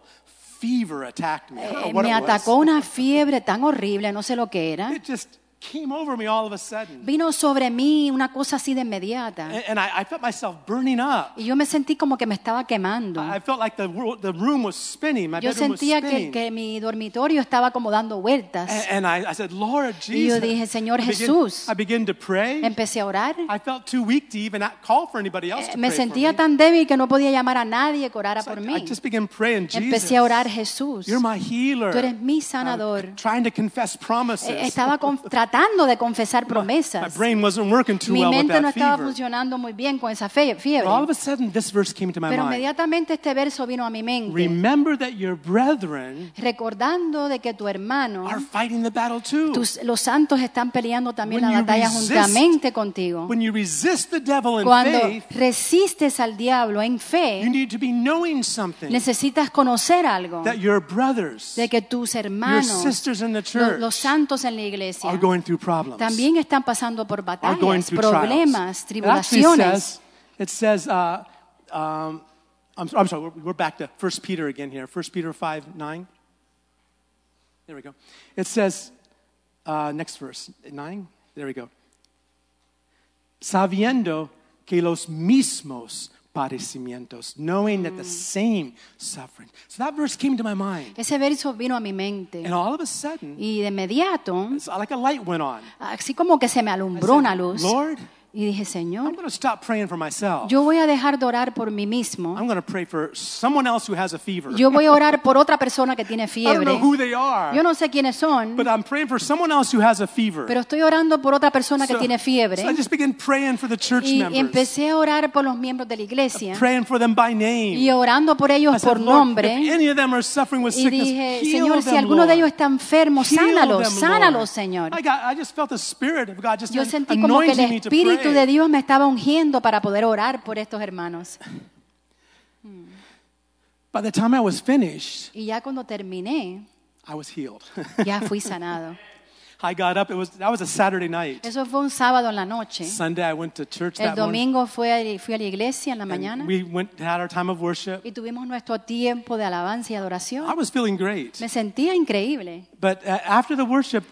Speaker 2: fever attacked me. I don't know
Speaker 1: eh,
Speaker 2: what
Speaker 1: me
Speaker 2: it was.
Speaker 1: atacó una fiebre tan horrible, no sé lo que era.
Speaker 2: It just came over me all of a sudden.
Speaker 1: Vino sobre mí una cosa así de inmediata.
Speaker 2: And, and I, I felt myself burning up.
Speaker 1: Y yo me sentí como que me estaba quemando.
Speaker 2: I I felt like the, world, the room was spinning. My
Speaker 1: Mm. Yo
Speaker 2: bedroom was
Speaker 1: sentía que,
Speaker 2: spinning.
Speaker 1: que mi dormitorio estaba como dando vueltas.
Speaker 2: and and I, I said, Lord
Speaker 1: Y
Speaker 2: Jesus.
Speaker 1: yo dije, "Señor
Speaker 2: I began-
Speaker 1: Jesús."
Speaker 2: I began to pray.
Speaker 1: Empecé a orar.
Speaker 2: I felt too weak to even not call for anybody else
Speaker 1: Eh,
Speaker 2: to
Speaker 1: Me
Speaker 2: Ah, pray for
Speaker 1: sentía
Speaker 2: me.
Speaker 1: tan débil que no podía llamar a nadie que orara
Speaker 2: So
Speaker 1: por
Speaker 2: I, I
Speaker 1: mí.
Speaker 2: just began praying, Jesus,
Speaker 1: Empecé a orar, Jesús.
Speaker 2: you're my healer.
Speaker 1: Tú eres mi
Speaker 2: I'm
Speaker 1: sanador.
Speaker 2: trying to confess promises.
Speaker 1: Eh, Estaba
Speaker 2: [laughs]
Speaker 1: con- tratando de confesar
Speaker 2: My
Speaker 1: promesas.
Speaker 2: brain wasn't working too
Speaker 1: Mi
Speaker 2: well with
Speaker 1: mente
Speaker 2: that
Speaker 1: no estaba
Speaker 2: fever.
Speaker 1: funcionando muy bien con esa fe-
Speaker 2: But all of
Speaker 1: fiebre.
Speaker 2: a sudden, this verse came to my
Speaker 1: Pero
Speaker 2: mind.
Speaker 1: inmediatamente este verso vino a mi mente,
Speaker 2: Remember that your brethren
Speaker 1: recordando de que tu hermano,
Speaker 2: are fighting the battle too.
Speaker 1: tus- los santos están peleando también
Speaker 2: When
Speaker 1: la
Speaker 2: you
Speaker 1: batalla
Speaker 2: resist-
Speaker 1: juntamente contigo.
Speaker 2: When you resist the devil in
Speaker 1: Cuando
Speaker 2: faith,
Speaker 1: resistes al diablo en
Speaker 2: you
Speaker 1: fe,
Speaker 2: need to be knowing something
Speaker 1: necesitas conocer algo.
Speaker 2: that your brothers,
Speaker 1: de que tus
Speaker 2: your
Speaker 1: hermanos,
Speaker 2: sisters in the
Speaker 1: lo-
Speaker 2: church
Speaker 1: los santos en la iglesia,
Speaker 2: are going through problems.
Speaker 1: también están pasando por
Speaker 2: are going
Speaker 1: batallas,
Speaker 2: through
Speaker 1: problemas,
Speaker 2: trials. It actually
Speaker 1: tribulaciones.
Speaker 2: says, it says, uh, um, I'm, I'm sorry, we're, we're back to 1 Peter again here. 1 Peter 5 9. There we go. It says, uh, next verse, 9. There we go. Sabiendo que los mismos padecimientos, knowing that the
Speaker 1: Mm.
Speaker 2: same suffering. So that verse came to my mind.
Speaker 1: Ese verso vino a mi mente
Speaker 2: And all of a sudden,
Speaker 1: y de inmediato,
Speaker 2: it's like a light went on.
Speaker 1: así como que se me alumbró una luz
Speaker 2: Lord,
Speaker 1: y dije,
Speaker 2: I'm
Speaker 1: Señor,
Speaker 2: going to stop praying for myself.
Speaker 1: yo voy a dejar de orar por mí mismo.
Speaker 2: I'm going to pray for someone else who has a fever.
Speaker 1: Yo voy a orar por otra persona que tiene
Speaker 2: I don't know
Speaker 1: fiebre.
Speaker 2: who they are,
Speaker 1: Yo no sé quiénes son,
Speaker 2: but I'm praying for someone else who has a fever.
Speaker 1: pero estoy orando por otra persona que
Speaker 2: So-
Speaker 1: tiene fiebre.
Speaker 2: so I just began praying for the church
Speaker 1: Y
Speaker 2: members,
Speaker 1: empecé a orar por los miembros de la iglesia
Speaker 2: praying for them by name.
Speaker 1: y orando por
Speaker 2: I
Speaker 1: ellos
Speaker 2: said,
Speaker 1: por
Speaker 2: "Lord, if
Speaker 1: nombre.
Speaker 2: any of them are suffering with
Speaker 1: Y
Speaker 2: sickness,
Speaker 1: dije,
Speaker 2: heal
Speaker 1: Señor, si
Speaker 2: them,
Speaker 1: alguno de
Speaker 2: Lord.
Speaker 1: ellos está enfermo,
Speaker 2: Heal them,
Speaker 1: sánalos,
Speaker 2: Lord."
Speaker 1: sánalos, Señor.
Speaker 2: I, got, I just felt the Spirit of God just
Speaker 1: Yo
Speaker 2: an-
Speaker 1: sentí como que el
Speaker 2: anointing me to
Speaker 1: Espíritu
Speaker 2: pray.
Speaker 1: de Dios me estaba ungiendo para poder orar por estos hermanos.
Speaker 2: By the time I was finished,
Speaker 1: Y ya cuando terminé,
Speaker 2: I was healed. [laughs]
Speaker 1: ya fui sanado.
Speaker 2: I got up. It was that was a Saturday night.
Speaker 1: Eso fue un sábado en la noche.
Speaker 2: Sunday, I went to church
Speaker 1: El
Speaker 2: that morning.
Speaker 1: domingo fui a, fui a la iglesia en la
Speaker 2: and
Speaker 1: mañana
Speaker 2: we went had our time of worship.
Speaker 1: y tuvimos nuestro tiempo de alabanza y
Speaker 2: I
Speaker 1: adoración.
Speaker 2: was feeling great,
Speaker 1: Me sentía increíble.
Speaker 2: but uh, after the worship,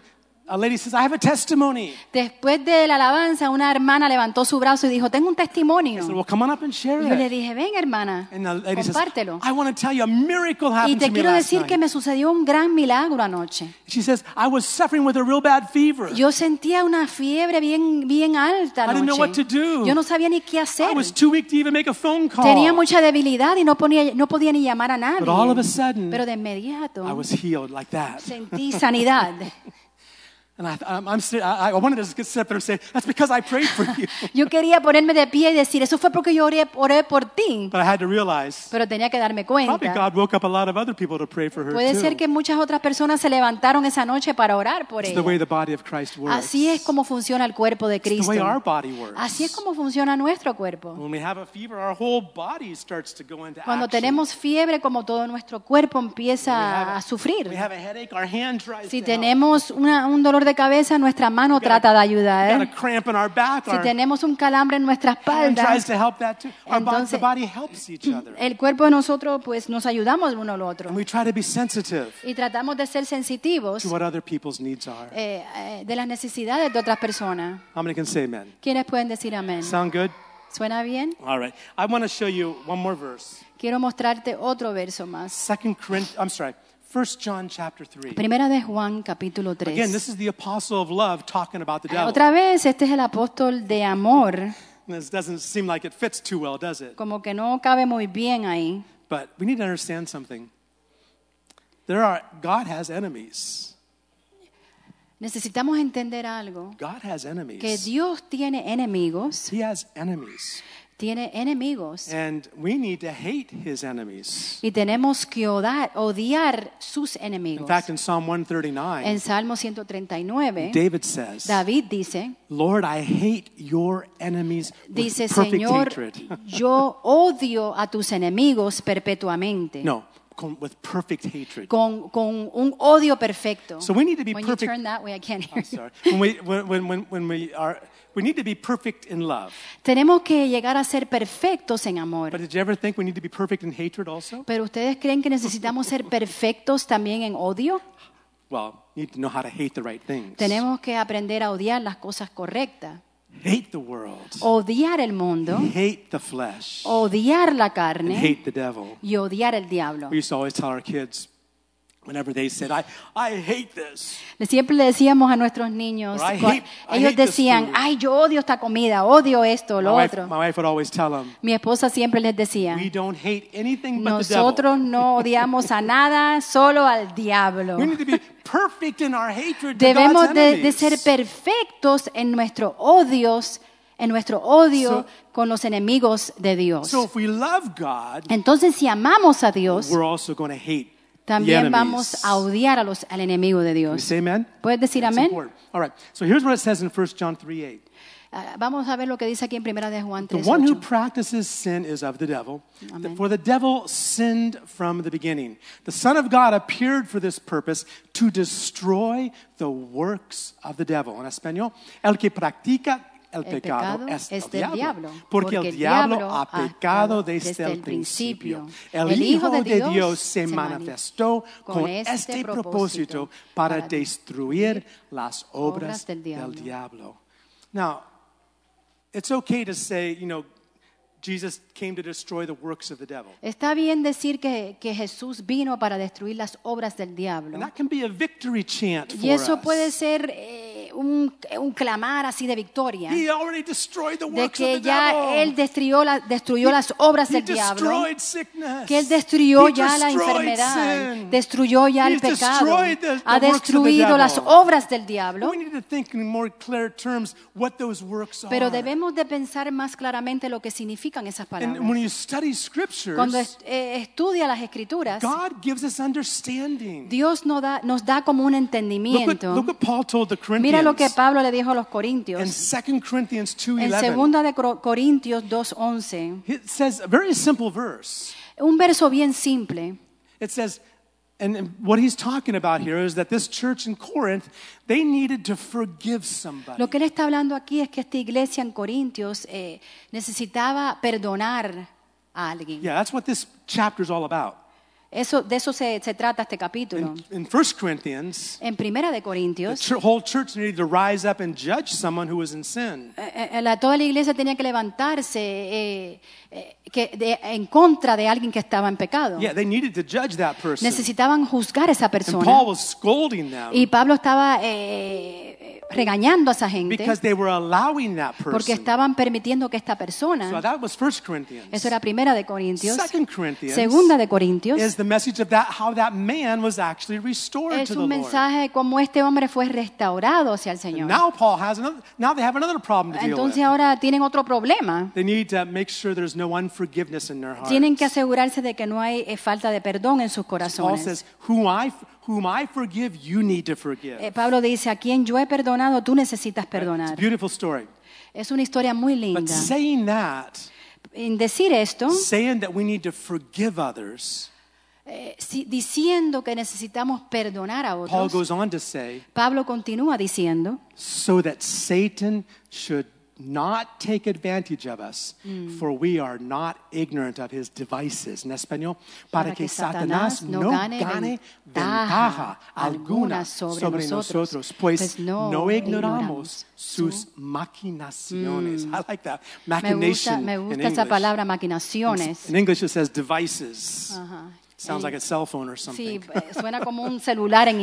Speaker 2: a lady says, "I have a testimony."
Speaker 1: Después de la alabanza, una hermana levantó su brazo y dijo, tengo un
Speaker 2: I said,
Speaker 1: testimonio.
Speaker 2: "Well, come on up and share
Speaker 1: Y yo le
Speaker 2: it."
Speaker 1: dije, ven hermana,
Speaker 2: And the lady says,
Speaker 1: compártelo.
Speaker 2: "I want to tell you a miracle
Speaker 1: Y
Speaker 2: happened
Speaker 1: te
Speaker 2: to me
Speaker 1: quiero
Speaker 2: last
Speaker 1: decir
Speaker 2: night."
Speaker 1: que me sucedió un gran milagro anoche.
Speaker 2: She says, "I was suffering with a real bad fever."
Speaker 1: Yo sentía una fiebre bien, bien alta
Speaker 2: I didn't know what
Speaker 1: anoche.
Speaker 2: to do.
Speaker 1: Yo no sabía ni qué hacer.
Speaker 2: I was too weak to even make a phone call.
Speaker 1: Tenía mucha debilidad y no, ponía- no podía ni llamar a nadie.
Speaker 2: But all of a sudden,
Speaker 1: Pero de inmediato
Speaker 2: I was healed like that.
Speaker 1: sentí sanidad.
Speaker 2: And I, I'm, I'm, ser- I, I wanted to just get sit up there and say, that's because I prayed for
Speaker 1: [laughs]
Speaker 2: you. [laughs]
Speaker 1: Yo quería ponerme de pie y decir, eso fue porque yo oré, oré por ti.
Speaker 2: but I had to realize,
Speaker 1: Pero tenía que darme
Speaker 2: probably
Speaker 1: cuenta.
Speaker 2: God woke up a lot of other people to pray for her
Speaker 1: Puede
Speaker 2: too.
Speaker 1: ser que muchas otras personas se levantaron esa noche para orar por
Speaker 2: It's the way
Speaker 1: ella.
Speaker 2: the body of Christ works.
Speaker 1: Así es como funciona el cuerpo de
Speaker 2: It's the
Speaker 1: Cristo.
Speaker 2: way our body works.
Speaker 1: Así es como funciona nuestro cuerpo.
Speaker 2: When we have a fever, our whole body starts to go into
Speaker 1: Cuando
Speaker 2: action.
Speaker 1: tenemos fiebre, como todo nuestro cuerpo
Speaker 2: When we have
Speaker 1: empieza a sufrir.
Speaker 2: We have a headache, our hand tries
Speaker 1: Si
Speaker 2: to help.
Speaker 1: tenemos una- un dolor de cabeza, nuestra mano
Speaker 2: We got a-
Speaker 1: trata de
Speaker 2: We
Speaker 1: ayudar.
Speaker 2: got a cramp in our back,
Speaker 1: Si
Speaker 2: our
Speaker 1: tenemos un calambre en nuestra
Speaker 2: hand
Speaker 1: espalda,
Speaker 2: tries to help that too. Our body, the
Speaker 1: Entonces- mm,
Speaker 2: body helps each other.
Speaker 1: el cuerpo de nosotros pues nos ayudamos el uno al otro.
Speaker 2: And we try to be sensitive
Speaker 1: Y tratamos de ser sensitivos
Speaker 2: to what other people's needs are.
Speaker 1: eh, eh, de las necesidades de otras personas.
Speaker 2: How many can say amen?
Speaker 1: ¿Quiénes pueden decir amén?
Speaker 2: Sound good?
Speaker 1: ¿Suena bien?
Speaker 2: All right. I want to show you one more verse.
Speaker 1: Quiero mostrarte otro verso más.
Speaker 2: Second Corinthians, I'm sorry, First John chapter 3.
Speaker 1: Primera de Juan, capítulo
Speaker 2: Again,
Speaker 1: 3.
Speaker 2: this is the apostle of love talking about the devil.
Speaker 1: Otra vez, este es el apóstol de amor.
Speaker 2: This doesn't seem like it fits too well, does it?
Speaker 1: Como que no cabe muy bien ahí.
Speaker 2: But we need to understand something. There are God has enemies.
Speaker 1: Necesitamos entender algo.
Speaker 2: God has
Speaker 1: que
Speaker 2: enemies.
Speaker 1: Dios tiene enemigos,
Speaker 2: He has enemies.
Speaker 1: tiene enemigos
Speaker 2: And we need to hate his enemies.
Speaker 1: y tenemos que odar- odiar sus
Speaker 2: In
Speaker 1: enemigos.
Speaker 2: fact, in Psalm
Speaker 1: En
Speaker 2: 139,
Speaker 1: Salmo 139,
Speaker 2: David says,
Speaker 1: David dice,
Speaker 2: Lord, I hate your enemies with
Speaker 1: dice,
Speaker 2: perfect
Speaker 1: Señor, [laughs]
Speaker 2: hatred. [laughs]
Speaker 1: yo odio a tus enemigos perpetuamente.
Speaker 2: No, con, with perfect hatred.
Speaker 1: Con, con un odio perfecto.
Speaker 2: So we need to be
Speaker 1: When you
Speaker 2: perfect-
Speaker 1: turn that way, I can't hear [laughs]
Speaker 2: I'm
Speaker 1: you.
Speaker 2: sorry. When we, when, when, when, when we are, we need to be perfect in love.
Speaker 1: Tenemos que llegar a ser perfectos en amor.
Speaker 2: But did you ever think we need to be perfect in hatred also?
Speaker 1: Pero ustedes creen que necesitamos ser perfectos también en odio?
Speaker 2: Well, you need to know how to hate the right things.
Speaker 1: Tenemos que aprender a odiar las cosas correctas.
Speaker 2: Hate the world.
Speaker 1: odiar el mundo,
Speaker 2: Hate the flesh.
Speaker 1: odiar la
Speaker 2: And
Speaker 1: carne
Speaker 2: hate the devil.
Speaker 1: y odiar el diablo.
Speaker 2: We used to always tell our kids, whenever they said, I, I hate this.
Speaker 1: Siempre le decíamos a nuestros niños,
Speaker 2: Or I hate-
Speaker 1: cua-
Speaker 2: I
Speaker 1: ellos
Speaker 2: hate this
Speaker 1: decían,
Speaker 2: food.
Speaker 1: ay, yo odio esta comida, odio esto,
Speaker 2: My
Speaker 1: lo
Speaker 2: wife,
Speaker 1: otro.
Speaker 2: my wife would always tell them,
Speaker 1: Mi esposa siempre les decía,
Speaker 2: we don't hate anything but the devil.
Speaker 1: nosotros
Speaker 2: [laughs]
Speaker 1: no odiamos a nada, solo al diablo.
Speaker 2: We need to be perfect in our hatred to
Speaker 1: Debemos
Speaker 2: God's
Speaker 1: de, de
Speaker 2: enemies.
Speaker 1: ser perfectos en nuestro odios, en nuestro odio
Speaker 2: So-
Speaker 1: con los enemigos de Dios.
Speaker 2: So if we love God,
Speaker 1: Entonces, si amamos a Dios,
Speaker 2: we're also going to hate the
Speaker 1: también
Speaker 2: enemies.
Speaker 1: vamos a odiar a los, al enemigo de
Speaker 2: We
Speaker 1: Dios.
Speaker 2: say amen?
Speaker 1: ¿Puedes decir
Speaker 2: That's
Speaker 1: amén?
Speaker 2: important. All right. So here's what it says in 1 John 3 8.
Speaker 1: Ah, Vamos a ver lo que dice aquí en Primera de Juan
Speaker 2: The
Speaker 1: 3.
Speaker 2: one who practices sin is of the devil.
Speaker 1: Amen.
Speaker 2: For the devil sinned from the beginning. The Son of God appeared for this purpose to destroy the works of the devil. En español, el que practica el,
Speaker 1: El
Speaker 2: pecado,
Speaker 1: pecado
Speaker 2: es
Speaker 1: es
Speaker 2: del
Speaker 1: del
Speaker 2: diablo.
Speaker 1: diablo,
Speaker 2: Porque el diablo ha pecado desde, el
Speaker 1: el
Speaker 2: principio.
Speaker 1: principio.
Speaker 2: El Hijo de Dios se manifestó con este propósito para
Speaker 1: para
Speaker 2: destruir las obras
Speaker 1: obras del
Speaker 2: del
Speaker 1: diablo.
Speaker 2: diablo. Now, it's okay to say, you know, Jesus came to destroy the works of the devil.
Speaker 1: Está bien decir que, que Jesús vino para destruir las obras del diablo.
Speaker 2: And that can be a victory chant for
Speaker 1: Y eso
Speaker 2: us.
Speaker 1: puede ser eh, un, un clamar así de victoria,
Speaker 2: He already destroyed the
Speaker 1: de
Speaker 2: works
Speaker 1: que
Speaker 2: of the devil.
Speaker 1: ya Él destruyó, la- destruyó las obras
Speaker 2: he
Speaker 1: del diablo,
Speaker 2: destroyed sickness.
Speaker 1: que Él destruyó
Speaker 2: He
Speaker 1: ya la
Speaker 2: destroyed
Speaker 1: enfermedad,
Speaker 2: sin.
Speaker 1: destruyó ya el
Speaker 2: He's
Speaker 1: pecado,
Speaker 2: destroyed the- the
Speaker 1: ha
Speaker 2: works of the
Speaker 1: destruido
Speaker 2: devil.
Speaker 1: las obras del diablo,
Speaker 2: We need to think in more clear terms what those works
Speaker 1: pero
Speaker 2: are.
Speaker 1: debemos de pensar más claramente lo que significan esas
Speaker 2: and when
Speaker 1: palabras.
Speaker 2: you study scriptures,
Speaker 1: Cuando est- eh, estudia las escrituras,
Speaker 2: God gives us understanding.
Speaker 1: Dios nos da, nos da como un
Speaker 2: Look what,
Speaker 1: entendimiento.
Speaker 2: look what Paul told the Corinthians
Speaker 1: Mira lo que Pablo le dijo a los
Speaker 2: in
Speaker 1: corintios
Speaker 2: 2 Corinthians
Speaker 1: en
Speaker 2: 2.11.
Speaker 1: 2 de Cor- Corintios 2:11.
Speaker 2: It says a very simple verse.
Speaker 1: Un verso bien simple.
Speaker 2: It says, and and what he's talking about here is that this church in Corinth, they needed to forgive somebody.
Speaker 1: Lo que él está hablando aquí es que esta iglesia en Corintios eh, necesitaba perdonar a alguien.
Speaker 2: yeah, that's what this chapter is all about.
Speaker 1: Eso, de eso se, se trata este capítulo.
Speaker 2: In, in 1 Corinthians,
Speaker 1: En Primera de
Speaker 2: the
Speaker 1: Corintios,
Speaker 2: chur- whole church needed to rise up and judge someone who was in sin.
Speaker 1: eh, eh, la- toda la iglesia tenía que levantarse eh, eh, que de- en contra de alguien que estaba en pecado.
Speaker 2: Yeah, they needed to judge that person.
Speaker 1: Necesitaban juzgar a esa
Speaker 2: And
Speaker 1: persona.
Speaker 2: Paul was scolding
Speaker 1: Y
Speaker 2: them
Speaker 1: Pablo estaba eh, regañando a esa gente
Speaker 2: because they were allowing that
Speaker 1: porque
Speaker 2: person.
Speaker 1: estaban permitiendo que esta
Speaker 2: So
Speaker 1: persona,
Speaker 2: that was 1 Corinthians.
Speaker 1: eso era primera de Corintios,
Speaker 2: Second Corinthians
Speaker 1: segunda de Corintios,
Speaker 2: Is the message of that how that man was actually restored
Speaker 1: es
Speaker 2: to the
Speaker 1: un
Speaker 2: Lord.
Speaker 1: mensaje de cómo este hombre fue restaurado hacia el
Speaker 2: And
Speaker 1: Señor.
Speaker 2: now Paul has another. Now they have another problem to deal
Speaker 1: Entonces
Speaker 2: with.
Speaker 1: ahora tienen otro problema.
Speaker 2: They need to make sure there's no unforgiveness in their hearts.
Speaker 1: Tienen que asegurarse de que no hay eh, falta de perdón en sus
Speaker 2: Paul
Speaker 1: corazones.
Speaker 2: says, "Whom I whom I forgive, you need to forgive."
Speaker 1: Eh, Pablo dice, a quien yo he perdonado, tú necesitas
Speaker 2: It's a
Speaker 1: perdonar.
Speaker 2: beautiful story.
Speaker 1: Es una historia muy
Speaker 2: But
Speaker 1: linda.
Speaker 2: saying that,
Speaker 1: En decir esto,
Speaker 2: saying that we need to forgive others,
Speaker 1: eh, si- diciendo que necesitamos perdonar a
Speaker 2: Paul
Speaker 1: otros,
Speaker 2: goes on to say,
Speaker 1: Pablo continúa diciendo,
Speaker 2: so that Satan should not take advantage of us, for we are not ignorant of his devices. En español, para, que, Satanás no gane, ventaja alguna sobre, nosotros, pues, no, ignoramos Mm.
Speaker 1: ignoramos
Speaker 2: sus maquinaciones. I like that.
Speaker 1: me gusta,
Speaker 2: Machination
Speaker 1: me
Speaker 2: in
Speaker 1: gusta
Speaker 2: English.
Speaker 1: esa palabra maquinaciones.
Speaker 2: In English it says devices.
Speaker 1: Ajá.
Speaker 2: Sounds like a cell phone or
Speaker 1: Sí,
Speaker 2: something. [laughs]
Speaker 1: eh, suena como un celular en
Speaker 2: that's,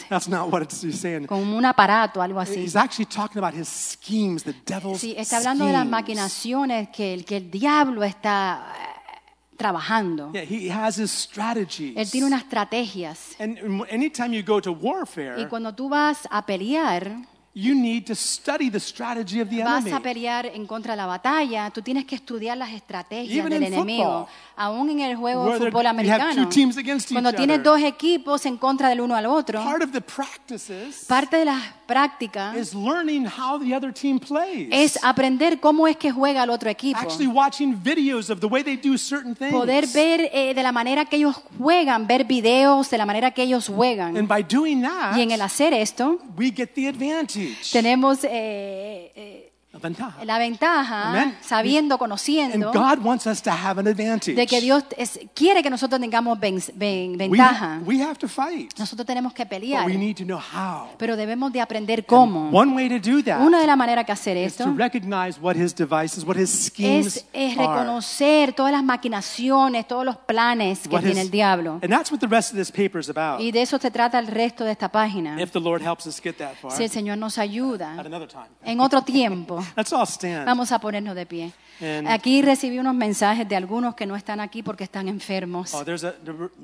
Speaker 1: inglés,
Speaker 2: that's not what it's he's saying.
Speaker 1: como un aparato,
Speaker 2: Eh,
Speaker 1: algo así.
Speaker 2: He's actually talking about his schemes, the devil's
Speaker 1: Sí, está hablando de las
Speaker 2: schemes.
Speaker 1: maquinaciones que el, que el diablo está eh, trabajando.
Speaker 2: Yeah, he has his strategies.
Speaker 1: Él tiene unas estrategias.
Speaker 2: And and anytime you go to
Speaker 1: Y
Speaker 2: warfare,
Speaker 1: cuando tú vas a pelear,
Speaker 2: you need to study the strategy of the
Speaker 1: vas a
Speaker 2: enemy.
Speaker 1: pelear en contra de la batalla, tú tienes que estudiar las estrategias
Speaker 2: Even
Speaker 1: del
Speaker 2: in
Speaker 1: enemigo.
Speaker 2: football,
Speaker 1: Aún en el juego de
Speaker 2: where there-
Speaker 1: fútbol
Speaker 2: you have
Speaker 1: americano,
Speaker 2: two teams against each
Speaker 1: cuando tienes
Speaker 2: other.
Speaker 1: dos equipos en contra del uno al otro,
Speaker 2: Part of the practices
Speaker 1: parte de las prácticas
Speaker 2: is learning how the other team plays.
Speaker 1: es aprender cómo es que juega el otro equipo.
Speaker 2: actually watching videos of the way they do certain things.
Speaker 1: Poder ver eh, de la manera que ellos juegan, ver videos de la manera que ellos
Speaker 2: And
Speaker 1: juegan.
Speaker 2: by doing that,
Speaker 1: Y en el hacer esto,
Speaker 2: we get the advantage.
Speaker 1: tenemos eh, eh,
Speaker 2: Ventaja.
Speaker 1: la ventaja,
Speaker 2: Amen.
Speaker 1: sabiendo,
Speaker 2: And
Speaker 1: conociendo,
Speaker 2: God wants us to have an advantage.
Speaker 1: de que Dios es- quiere que nosotros tengamos ven- ven-
Speaker 2: we,
Speaker 1: ventaja.
Speaker 2: we have to fight.
Speaker 1: Nosotros tenemos que
Speaker 2: But
Speaker 1: pelear,
Speaker 2: we need to know how.
Speaker 1: pero debemos de aprender cómo.
Speaker 2: One way to do that
Speaker 1: Una de las maneras que hacer
Speaker 2: is to
Speaker 1: esto
Speaker 2: recognize what his devices, what his schemes
Speaker 1: es, es
Speaker 2: are.
Speaker 1: reconocer todas las maquinaciones, todos los planes que
Speaker 2: What
Speaker 1: tiene
Speaker 2: his-
Speaker 1: el diablo.
Speaker 2: And that's what the rest of this paper is about.
Speaker 1: Y de eso se trata el resto de esta página.
Speaker 2: If the Lord helps us get that far
Speaker 1: Si el Señor nos ayuda
Speaker 2: at another time.
Speaker 1: en otro tiempo,
Speaker 2: Let's all stand.
Speaker 1: vamos a ponernos de pie.
Speaker 2: And-
Speaker 1: Aquí recibí unos mensajes de algunos que no están aquí porque están enfermos.
Speaker 2: Oh, there's a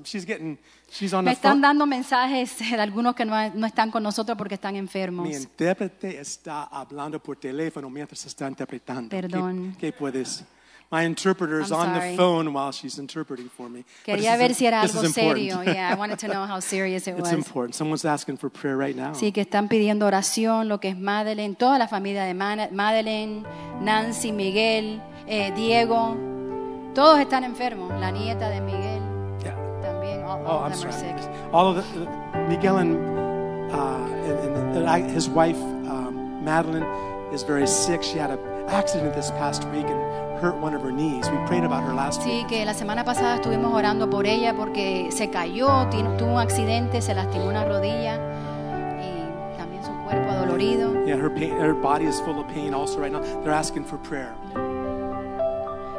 Speaker 2: she's getting she's on
Speaker 1: Me
Speaker 2: the phone.
Speaker 1: están dando mensajes de algunos que no, no están con nosotros porque están
Speaker 2: Mi
Speaker 1: enfermos.
Speaker 2: intérprete está hablando por teléfono mientras está interpretando. ¿Qué-
Speaker 1: Perdón.
Speaker 2: ¿Qué, puedes? My interpreter is
Speaker 1: I'm
Speaker 2: on
Speaker 1: sorry.
Speaker 2: the phone while she's interpreting for me. But
Speaker 1: Quería
Speaker 2: this
Speaker 1: ver
Speaker 2: is-
Speaker 1: si era
Speaker 2: this
Speaker 1: algo
Speaker 2: is important.
Speaker 1: serio.
Speaker 2: [laughs]
Speaker 1: Yeah, I wanted to know how serious it
Speaker 2: It's
Speaker 1: was.
Speaker 2: important. Someone's asking for prayer right now.
Speaker 1: Sí, que están pidiendo oración, lo que es Madeleine, toda la familia de Mana- Madeleine, Nancy, Miguel, eh, Diego, todos están enfermos. La nieta de Miguel
Speaker 2: Yeah.
Speaker 1: también, all,
Speaker 2: Oh,
Speaker 1: all
Speaker 2: I'm
Speaker 1: of them are
Speaker 2: sorry.
Speaker 1: sick.
Speaker 2: All of the, Miguel and, uh, and, and- and I, his wife um, Madeline is very sick. She had an accident this past week and hurt one of her knees. We prayed about her last
Speaker 1: Sí,
Speaker 2: week.
Speaker 1: que la semana pasada estuvimos orando por ella porque se cayó, ti- tuvo un accidente, se lastimó una rodilla y también su cuerpo adolorido.
Speaker 2: Yeah, her pain, her body is full of pain also right now. They're asking for prayer.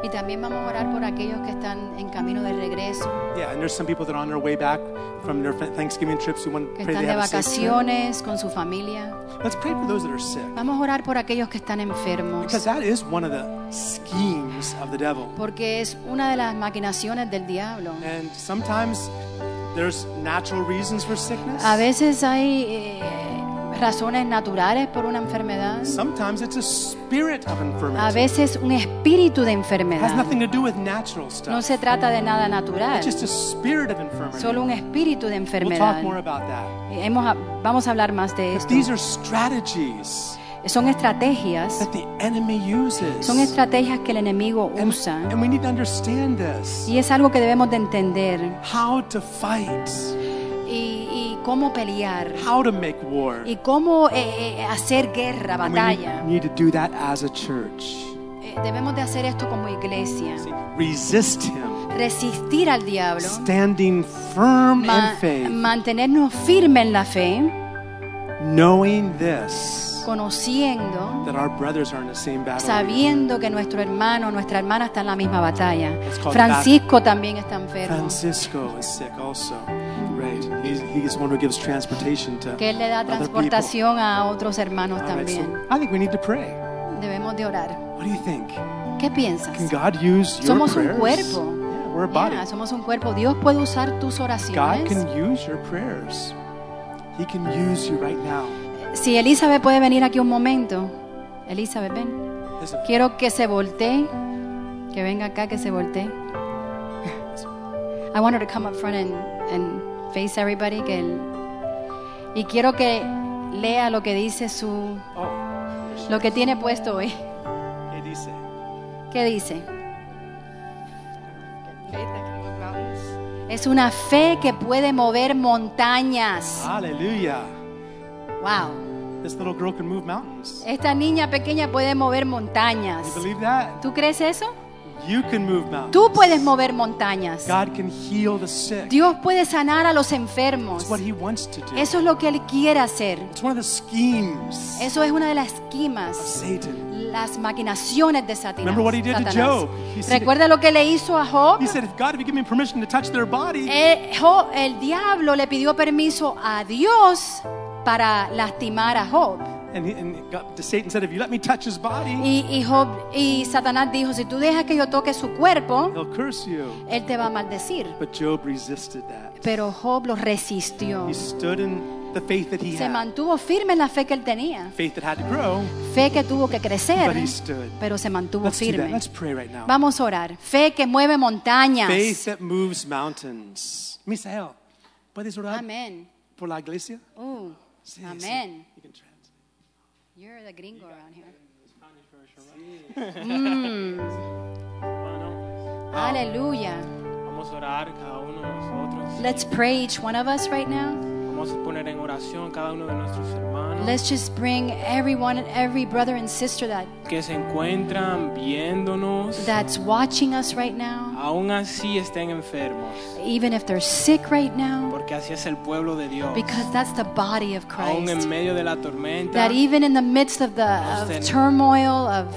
Speaker 1: Y también vamos a orar por aquellos que están en camino de regreso,
Speaker 2: Yeah, and there's some people that are on their way back from their Thanksgiving trips. We want
Speaker 1: que
Speaker 2: to pray
Speaker 1: están
Speaker 2: they
Speaker 1: de
Speaker 2: have a safe trip.
Speaker 1: vacaciones con su familia.
Speaker 2: Let's pray for those that are sick.
Speaker 1: Vamos a orar por aquellos que están enfermos,
Speaker 2: Because that is one of the schemes of the devil.
Speaker 1: porque es una de las maquinaciones del diablo.
Speaker 2: And sometimes there's natural reasons for sickness.
Speaker 1: A veces hay eh, razones naturales por una enfermedad,
Speaker 2: Sometimes it's a spirit of
Speaker 1: a
Speaker 2: infirmity.
Speaker 1: veces un espíritu de
Speaker 2: It has
Speaker 1: enfermedad.
Speaker 2: nothing to do with natural stuff.
Speaker 1: No se trata de nada natural,
Speaker 2: It's just a spirit of infirmity.
Speaker 1: solo un espíritu de
Speaker 2: we'll
Speaker 1: enfermedad.
Speaker 2: talk more about that.
Speaker 1: Hemos- vamos a hablar más de
Speaker 2: But
Speaker 1: esto.
Speaker 2: these are strategies
Speaker 1: Son estrategias,
Speaker 2: that the enemy uses.
Speaker 1: son estrategias que el enemigo
Speaker 2: and,
Speaker 1: usa.
Speaker 2: and we need to understand this.
Speaker 1: Y es algo que debemos de entender
Speaker 2: How to fight,
Speaker 1: y, y cómo pelear
Speaker 2: how to make war.
Speaker 1: y cómo eh, eh, hacer guerra,
Speaker 2: And we need-
Speaker 1: batalla.
Speaker 2: need to do that as a church.
Speaker 1: Eh, debemos de hacer esto como iglesia.
Speaker 2: See, resist him,
Speaker 1: Resistir al diablo,
Speaker 2: standing firm
Speaker 1: ma-
Speaker 2: in faith,
Speaker 1: mantenernos firmes en la fe,
Speaker 2: knowing this
Speaker 1: conociendo,
Speaker 2: that our brothers are in the same battle.
Speaker 1: sabiendo que nuestro hermano, nuestra hermana está en la misma batalla.
Speaker 2: It's called
Speaker 1: Francisco también está enfermo,
Speaker 2: Francisco is sick also. Right. He's, he's the one who gives transportation to
Speaker 1: que él le da
Speaker 2: other people.
Speaker 1: transportación a otros hermanos
Speaker 2: All right, so
Speaker 1: también.
Speaker 2: I think we need to pray.
Speaker 1: Debemos de orar.
Speaker 2: What do you think?
Speaker 1: ¿Qué piensas?
Speaker 2: Can God use your
Speaker 1: Somos un
Speaker 2: prayers?
Speaker 1: cuerpo.
Speaker 2: Yeah, we're a body.
Speaker 1: Yeah, somos un cuerpo. Dios puede usar tus
Speaker 2: God
Speaker 1: oraciones.
Speaker 2: can use your prayers. He can use you right now.
Speaker 1: Si Elizabeth puede venir aquí un momento. Elizabeth, ven.
Speaker 2: Listen,
Speaker 1: Quiero que se voltee. Que venga acá, que se voltee. I want her to come up front and, and face everybody. que el- y quiero que lea lo que dice su...
Speaker 2: oh,
Speaker 1: Lo que tiene puesto hoy.
Speaker 2: ¿qué dice?
Speaker 1: ¿Qué dice?
Speaker 4: faith that can move mountains.
Speaker 1: Es una fe que puede mover montañas.
Speaker 2: Ah. Hallelujah.
Speaker 1: Wow.
Speaker 2: This little girl can move mountains.
Speaker 1: Esta niña pequeña puede mover
Speaker 2: You
Speaker 1: montañas.
Speaker 2: believe that?
Speaker 1: ¿Tú crees eso?
Speaker 2: You can move mountains.
Speaker 1: Tú puedes mover montañas.
Speaker 2: God can heal the sick.
Speaker 1: Dios puede sanar a los enfermos.
Speaker 2: That's what He wants to do.
Speaker 1: Eso es lo que Él quiere hacer.
Speaker 2: It's one of the schemes
Speaker 1: Eso es una de las
Speaker 2: of
Speaker 1: esquimas,
Speaker 2: Satan.
Speaker 1: las maquinaciones de Satina-
Speaker 2: Remember what he did to
Speaker 1: Satanás.
Speaker 2: Job. He said-
Speaker 1: Recuerda lo que le hizo a Job.
Speaker 2: He said, if God, if you give me permission to touch their body,
Speaker 1: Eh, Job- el diablo le pidió permiso a Dios para lastimar a Job.
Speaker 2: and, he, and God, Satan said, if you let me touch his body,
Speaker 1: Y, y Job y Satanás dijo, si tú dejas que yo toque su cuerpo,
Speaker 2: he'll curse you.
Speaker 1: él te va a maldecir.
Speaker 2: But Job resisted that.
Speaker 1: Pero Job lo resistió.
Speaker 2: He stood in the faith that he
Speaker 1: Se
Speaker 2: had,
Speaker 1: mantuvo firme en la fe que él tenía.
Speaker 2: faith that had to grow.
Speaker 1: Fe que tuvo que crecer,
Speaker 2: But he stood.
Speaker 1: pero se mantuvo
Speaker 2: Let's do that.
Speaker 1: firme.
Speaker 2: Let's pray right now.
Speaker 1: Vamos a orar. Fe que mueve
Speaker 2: Faith
Speaker 1: montañas.
Speaker 2: that moves mountains. Misael, ¿puedes orar
Speaker 1: Amén.
Speaker 2: por la iglesia?
Speaker 1: Uh,
Speaker 2: Sí,
Speaker 1: Amén.
Speaker 2: sí. You can translate.
Speaker 1: You're the gringo around here.
Speaker 5: Hermano,
Speaker 1: Aleluya.
Speaker 5: vamos a orar cada uno de nosotros.
Speaker 1: Let's pray each one of us right now.
Speaker 5: Vamos a poner en oración cada uno de nuestros hermanos
Speaker 1: Let's just bring everyone and every brother and sister that
Speaker 5: que se encuentran viéndonos,
Speaker 1: that's watching us right now,
Speaker 5: aún así estén enfermos,
Speaker 1: even if they're sick right now,
Speaker 5: porque así es el pueblo de Dios.
Speaker 1: because that's the body of
Speaker 5: Aún en
Speaker 1: Christ.
Speaker 5: medio de la tormenta,
Speaker 1: That even in the midst of the of turmoil of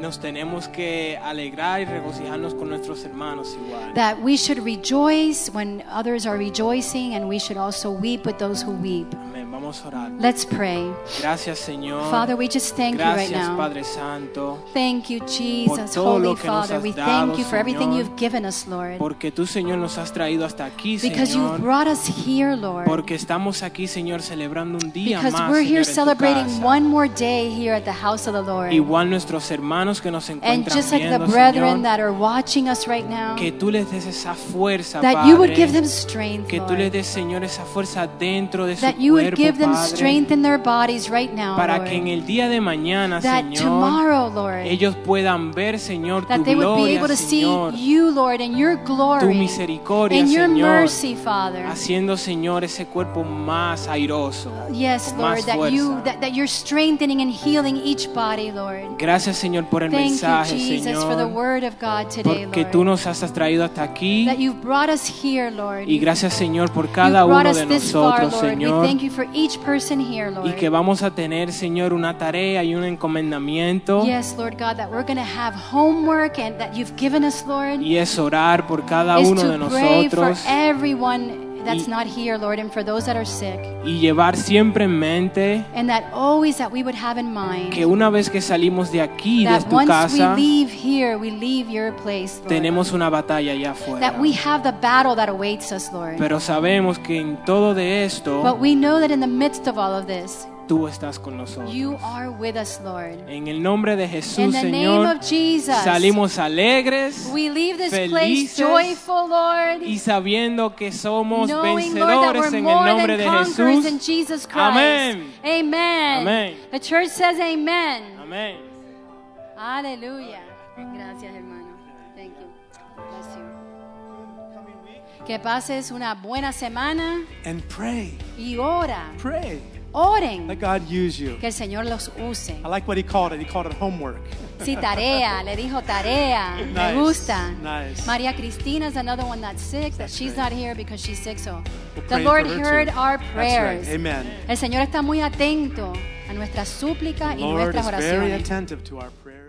Speaker 5: nos tenemos que alegrar y regocijarnos con nuestros hermanos igual.
Speaker 1: that we should rejoice when others are rejoicing and we should also weep with those who weep.
Speaker 5: Amén. Vamos a orar.
Speaker 1: Let's pray.
Speaker 5: Gracias, Señor.
Speaker 1: Father, we just thank you right
Speaker 5: Gracias,
Speaker 1: now.
Speaker 5: Padre Santo.
Speaker 1: Thank you, Jesus,
Speaker 5: todo lo
Speaker 1: Holy
Speaker 5: que nos
Speaker 1: Father.
Speaker 5: has
Speaker 1: We
Speaker 5: dado,
Speaker 1: thank you for everything
Speaker 5: Señor.
Speaker 1: you've given us, Lord.
Speaker 5: Porque tú, Señor, nos has traído hasta aquí,
Speaker 1: Because you've
Speaker 5: Señor.
Speaker 1: brought us here, Lord.
Speaker 5: Porque estamos aquí, Señor, celebrando un día
Speaker 1: Because
Speaker 5: más,
Speaker 1: we're here
Speaker 5: Señor, en tu
Speaker 1: celebrating
Speaker 5: casa.
Speaker 1: one more day here at the house of the Lord.
Speaker 5: Igual nuestros hermanos que nos
Speaker 1: And
Speaker 5: encuentran
Speaker 1: just like the
Speaker 5: viendo,
Speaker 1: brethren
Speaker 5: Señor,
Speaker 1: that are watching us right now,
Speaker 5: que tú les des esa fuerza,
Speaker 1: that
Speaker 5: Padre.
Speaker 1: you would give them strength,
Speaker 5: que tú les
Speaker 1: Lord.
Speaker 5: des, Señor, esa fuerza dentro de su
Speaker 1: That you would
Speaker 5: cuerpo,
Speaker 1: give them
Speaker 5: Padre,
Speaker 1: strength in their bodies right now,
Speaker 5: para que en
Speaker 1: Lord.
Speaker 5: el día de mañana,
Speaker 1: That
Speaker 5: Señor,
Speaker 1: tomorrow, Lord,
Speaker 5: ellos puedan ver, Señor, tu
Speaker 1: that they would be
Speaker 5: gloria,
Speaker 1: able to see
Speaker 5: Señor,
Speaker 1: you, Lord, and your
Speaker 5: tu
Speaker 1: glory
Speaker 5: misericordia,
Speaker 1: and your
Speaker 5: Señor,
Speaker 1: mercy, Father.
Speaker 5: haciendo, Señor, ese cuerpo más airoso,
Speaker 1: Yes,
Speaker 5: con
Speaker 1: Lord,
Speaker 5: más
Speaker 1: that
Speaker 5: fuerza.
Speaker 1: you that, that you're strengthening and healing each body, Lord.
Speaker 5: Gracias, Señor, por por el
Speaker 1: Thank
Speaker 5: mensaje,
Speaker 1: you, Jesus, for the
Speaker 5: Señor,
Speaker 1: word of God today,
Speaker 5: porque tú
Speaker 1: Lord.
Speaker 5: nos has traído hasta aquí.
Speaker 1: That you've brought us here, Lord.
Speaker 5: Y
Speaker 1: You've-
Speaker 5: gracias, Señor, por
Speaker 1: you've
Speaker 5: cada
Speaker 1: brought
Speaker 5: uno
Speaker 1: us
Speaker 5: de
Speaker 1: this far,
Speaker 5: nosotros,
Speaker 1: Lord. We
Speaker 5: Señor.
Speaker 1: thank you for each person here, Lord.
Speaker 5: Y que vamos a tener, Señor, una tarea y un encomendamiento.
Speaker 1: Yes, Lord God, that we're going to have homework and that you've given us, Lord,
Speaker 5: Y es orar por cada
Speaker 1: is
Speaker 5: uno de
Speaker 1: to pray for
Speaker 5: nosotros.
Speaker 1: everyone that's
Speaker 5: Y-
Speaker 1: not here, Lord, and for those that are sick.
Speaker 5: Y llevar siempre en mente
Speaker 1: And that always that we would have in mind
Speaker 5: que una vez que salimos de aquí, de
Speaker 1: that
Speaker 5: tu
Speaker 1: once
Speaker 5: casa,
Speaker 1: we leave here, we leave your place, Lord.
Speaker 5: tenemos una batalla allá afuera.
Speaker 1: that we have the battle that awaits us, Lord.
Speaker 5: Pero sabemos que en todo de
Speaker 1: but
Speaker 5: esto,
Speaker 1: we know that in the midst of all of this,
Speaker 5: tú estás con nosotros.
Speaker 1: you are with us, Lord.
Speaker 5: En el nombre de
Speaker 1: In
Speaker 5: Jesús,
Speaker 1: the name
Speaker 5: Señor,
Speaker 1: of Jesus,
Speaker 5: salimos alegres
Speaker 1: we leave this place
Speaker 5: felices
Speaker 1: joyful, Lord.
Speaker 5: y sabiendo que somos
Speaker 1: knowing, Lord, that
Speaker 5: vencedores
Speaker 1: we're
Speaker 5: en el
Speaker 1: more
Speaker 5: nombre
Speaker 1: than
Speaker 5: de
Speaker 1: conquerors in
Speaker 5: Jesús.
Speaker 1: Jesus Christ.
Speaker 5: Amén.
Speaker 1: Amen.
Speaker 5: Amén.
Speaker 1: The church says amen.
Speaker 5: Amén.
Speaker 1: Aleluya. Gracias, hermano. Thank you. Bless you. Que pases una buena semana
Speaker 2: And pray,
Speaker 1: y ora.
Speaker 2: pray. Let
Speaker 1: Oren.
Speaker 2: God use you.
Speaker 1: Que el Señor los use.
Speaker 2: I like what he called it. He called it homework.
Speaker 1: Sí,
Speaker 2: [laughs]
Speaker 1: tarea. Le dijo tarea. Me
Speaker 2: Nice,
Speaker 1: gusta.
Speaker 2: nice.
Speaker 1: María Cristina is another one that's sick. That she's not here because she's sick. So
Speaker 2: We're
Speaker 1: the
Speaker 2: praying for
Speaker 1: Lord
Speaker 2: her
Speaker 1: heard
Speaker 2: too.
Speaker 1: our
Speaker 2: That's right.
Speaker 1: prayers.
Speaker 2: Amen.
Speaker 1: El Señor está muy atento a nuestras súplicas y
Speaker 2: Lord
Speaker 1: nuestras
Speaker 2: is very
Speaker 1: oraciones.
Speaker 2: attentive to our prayers.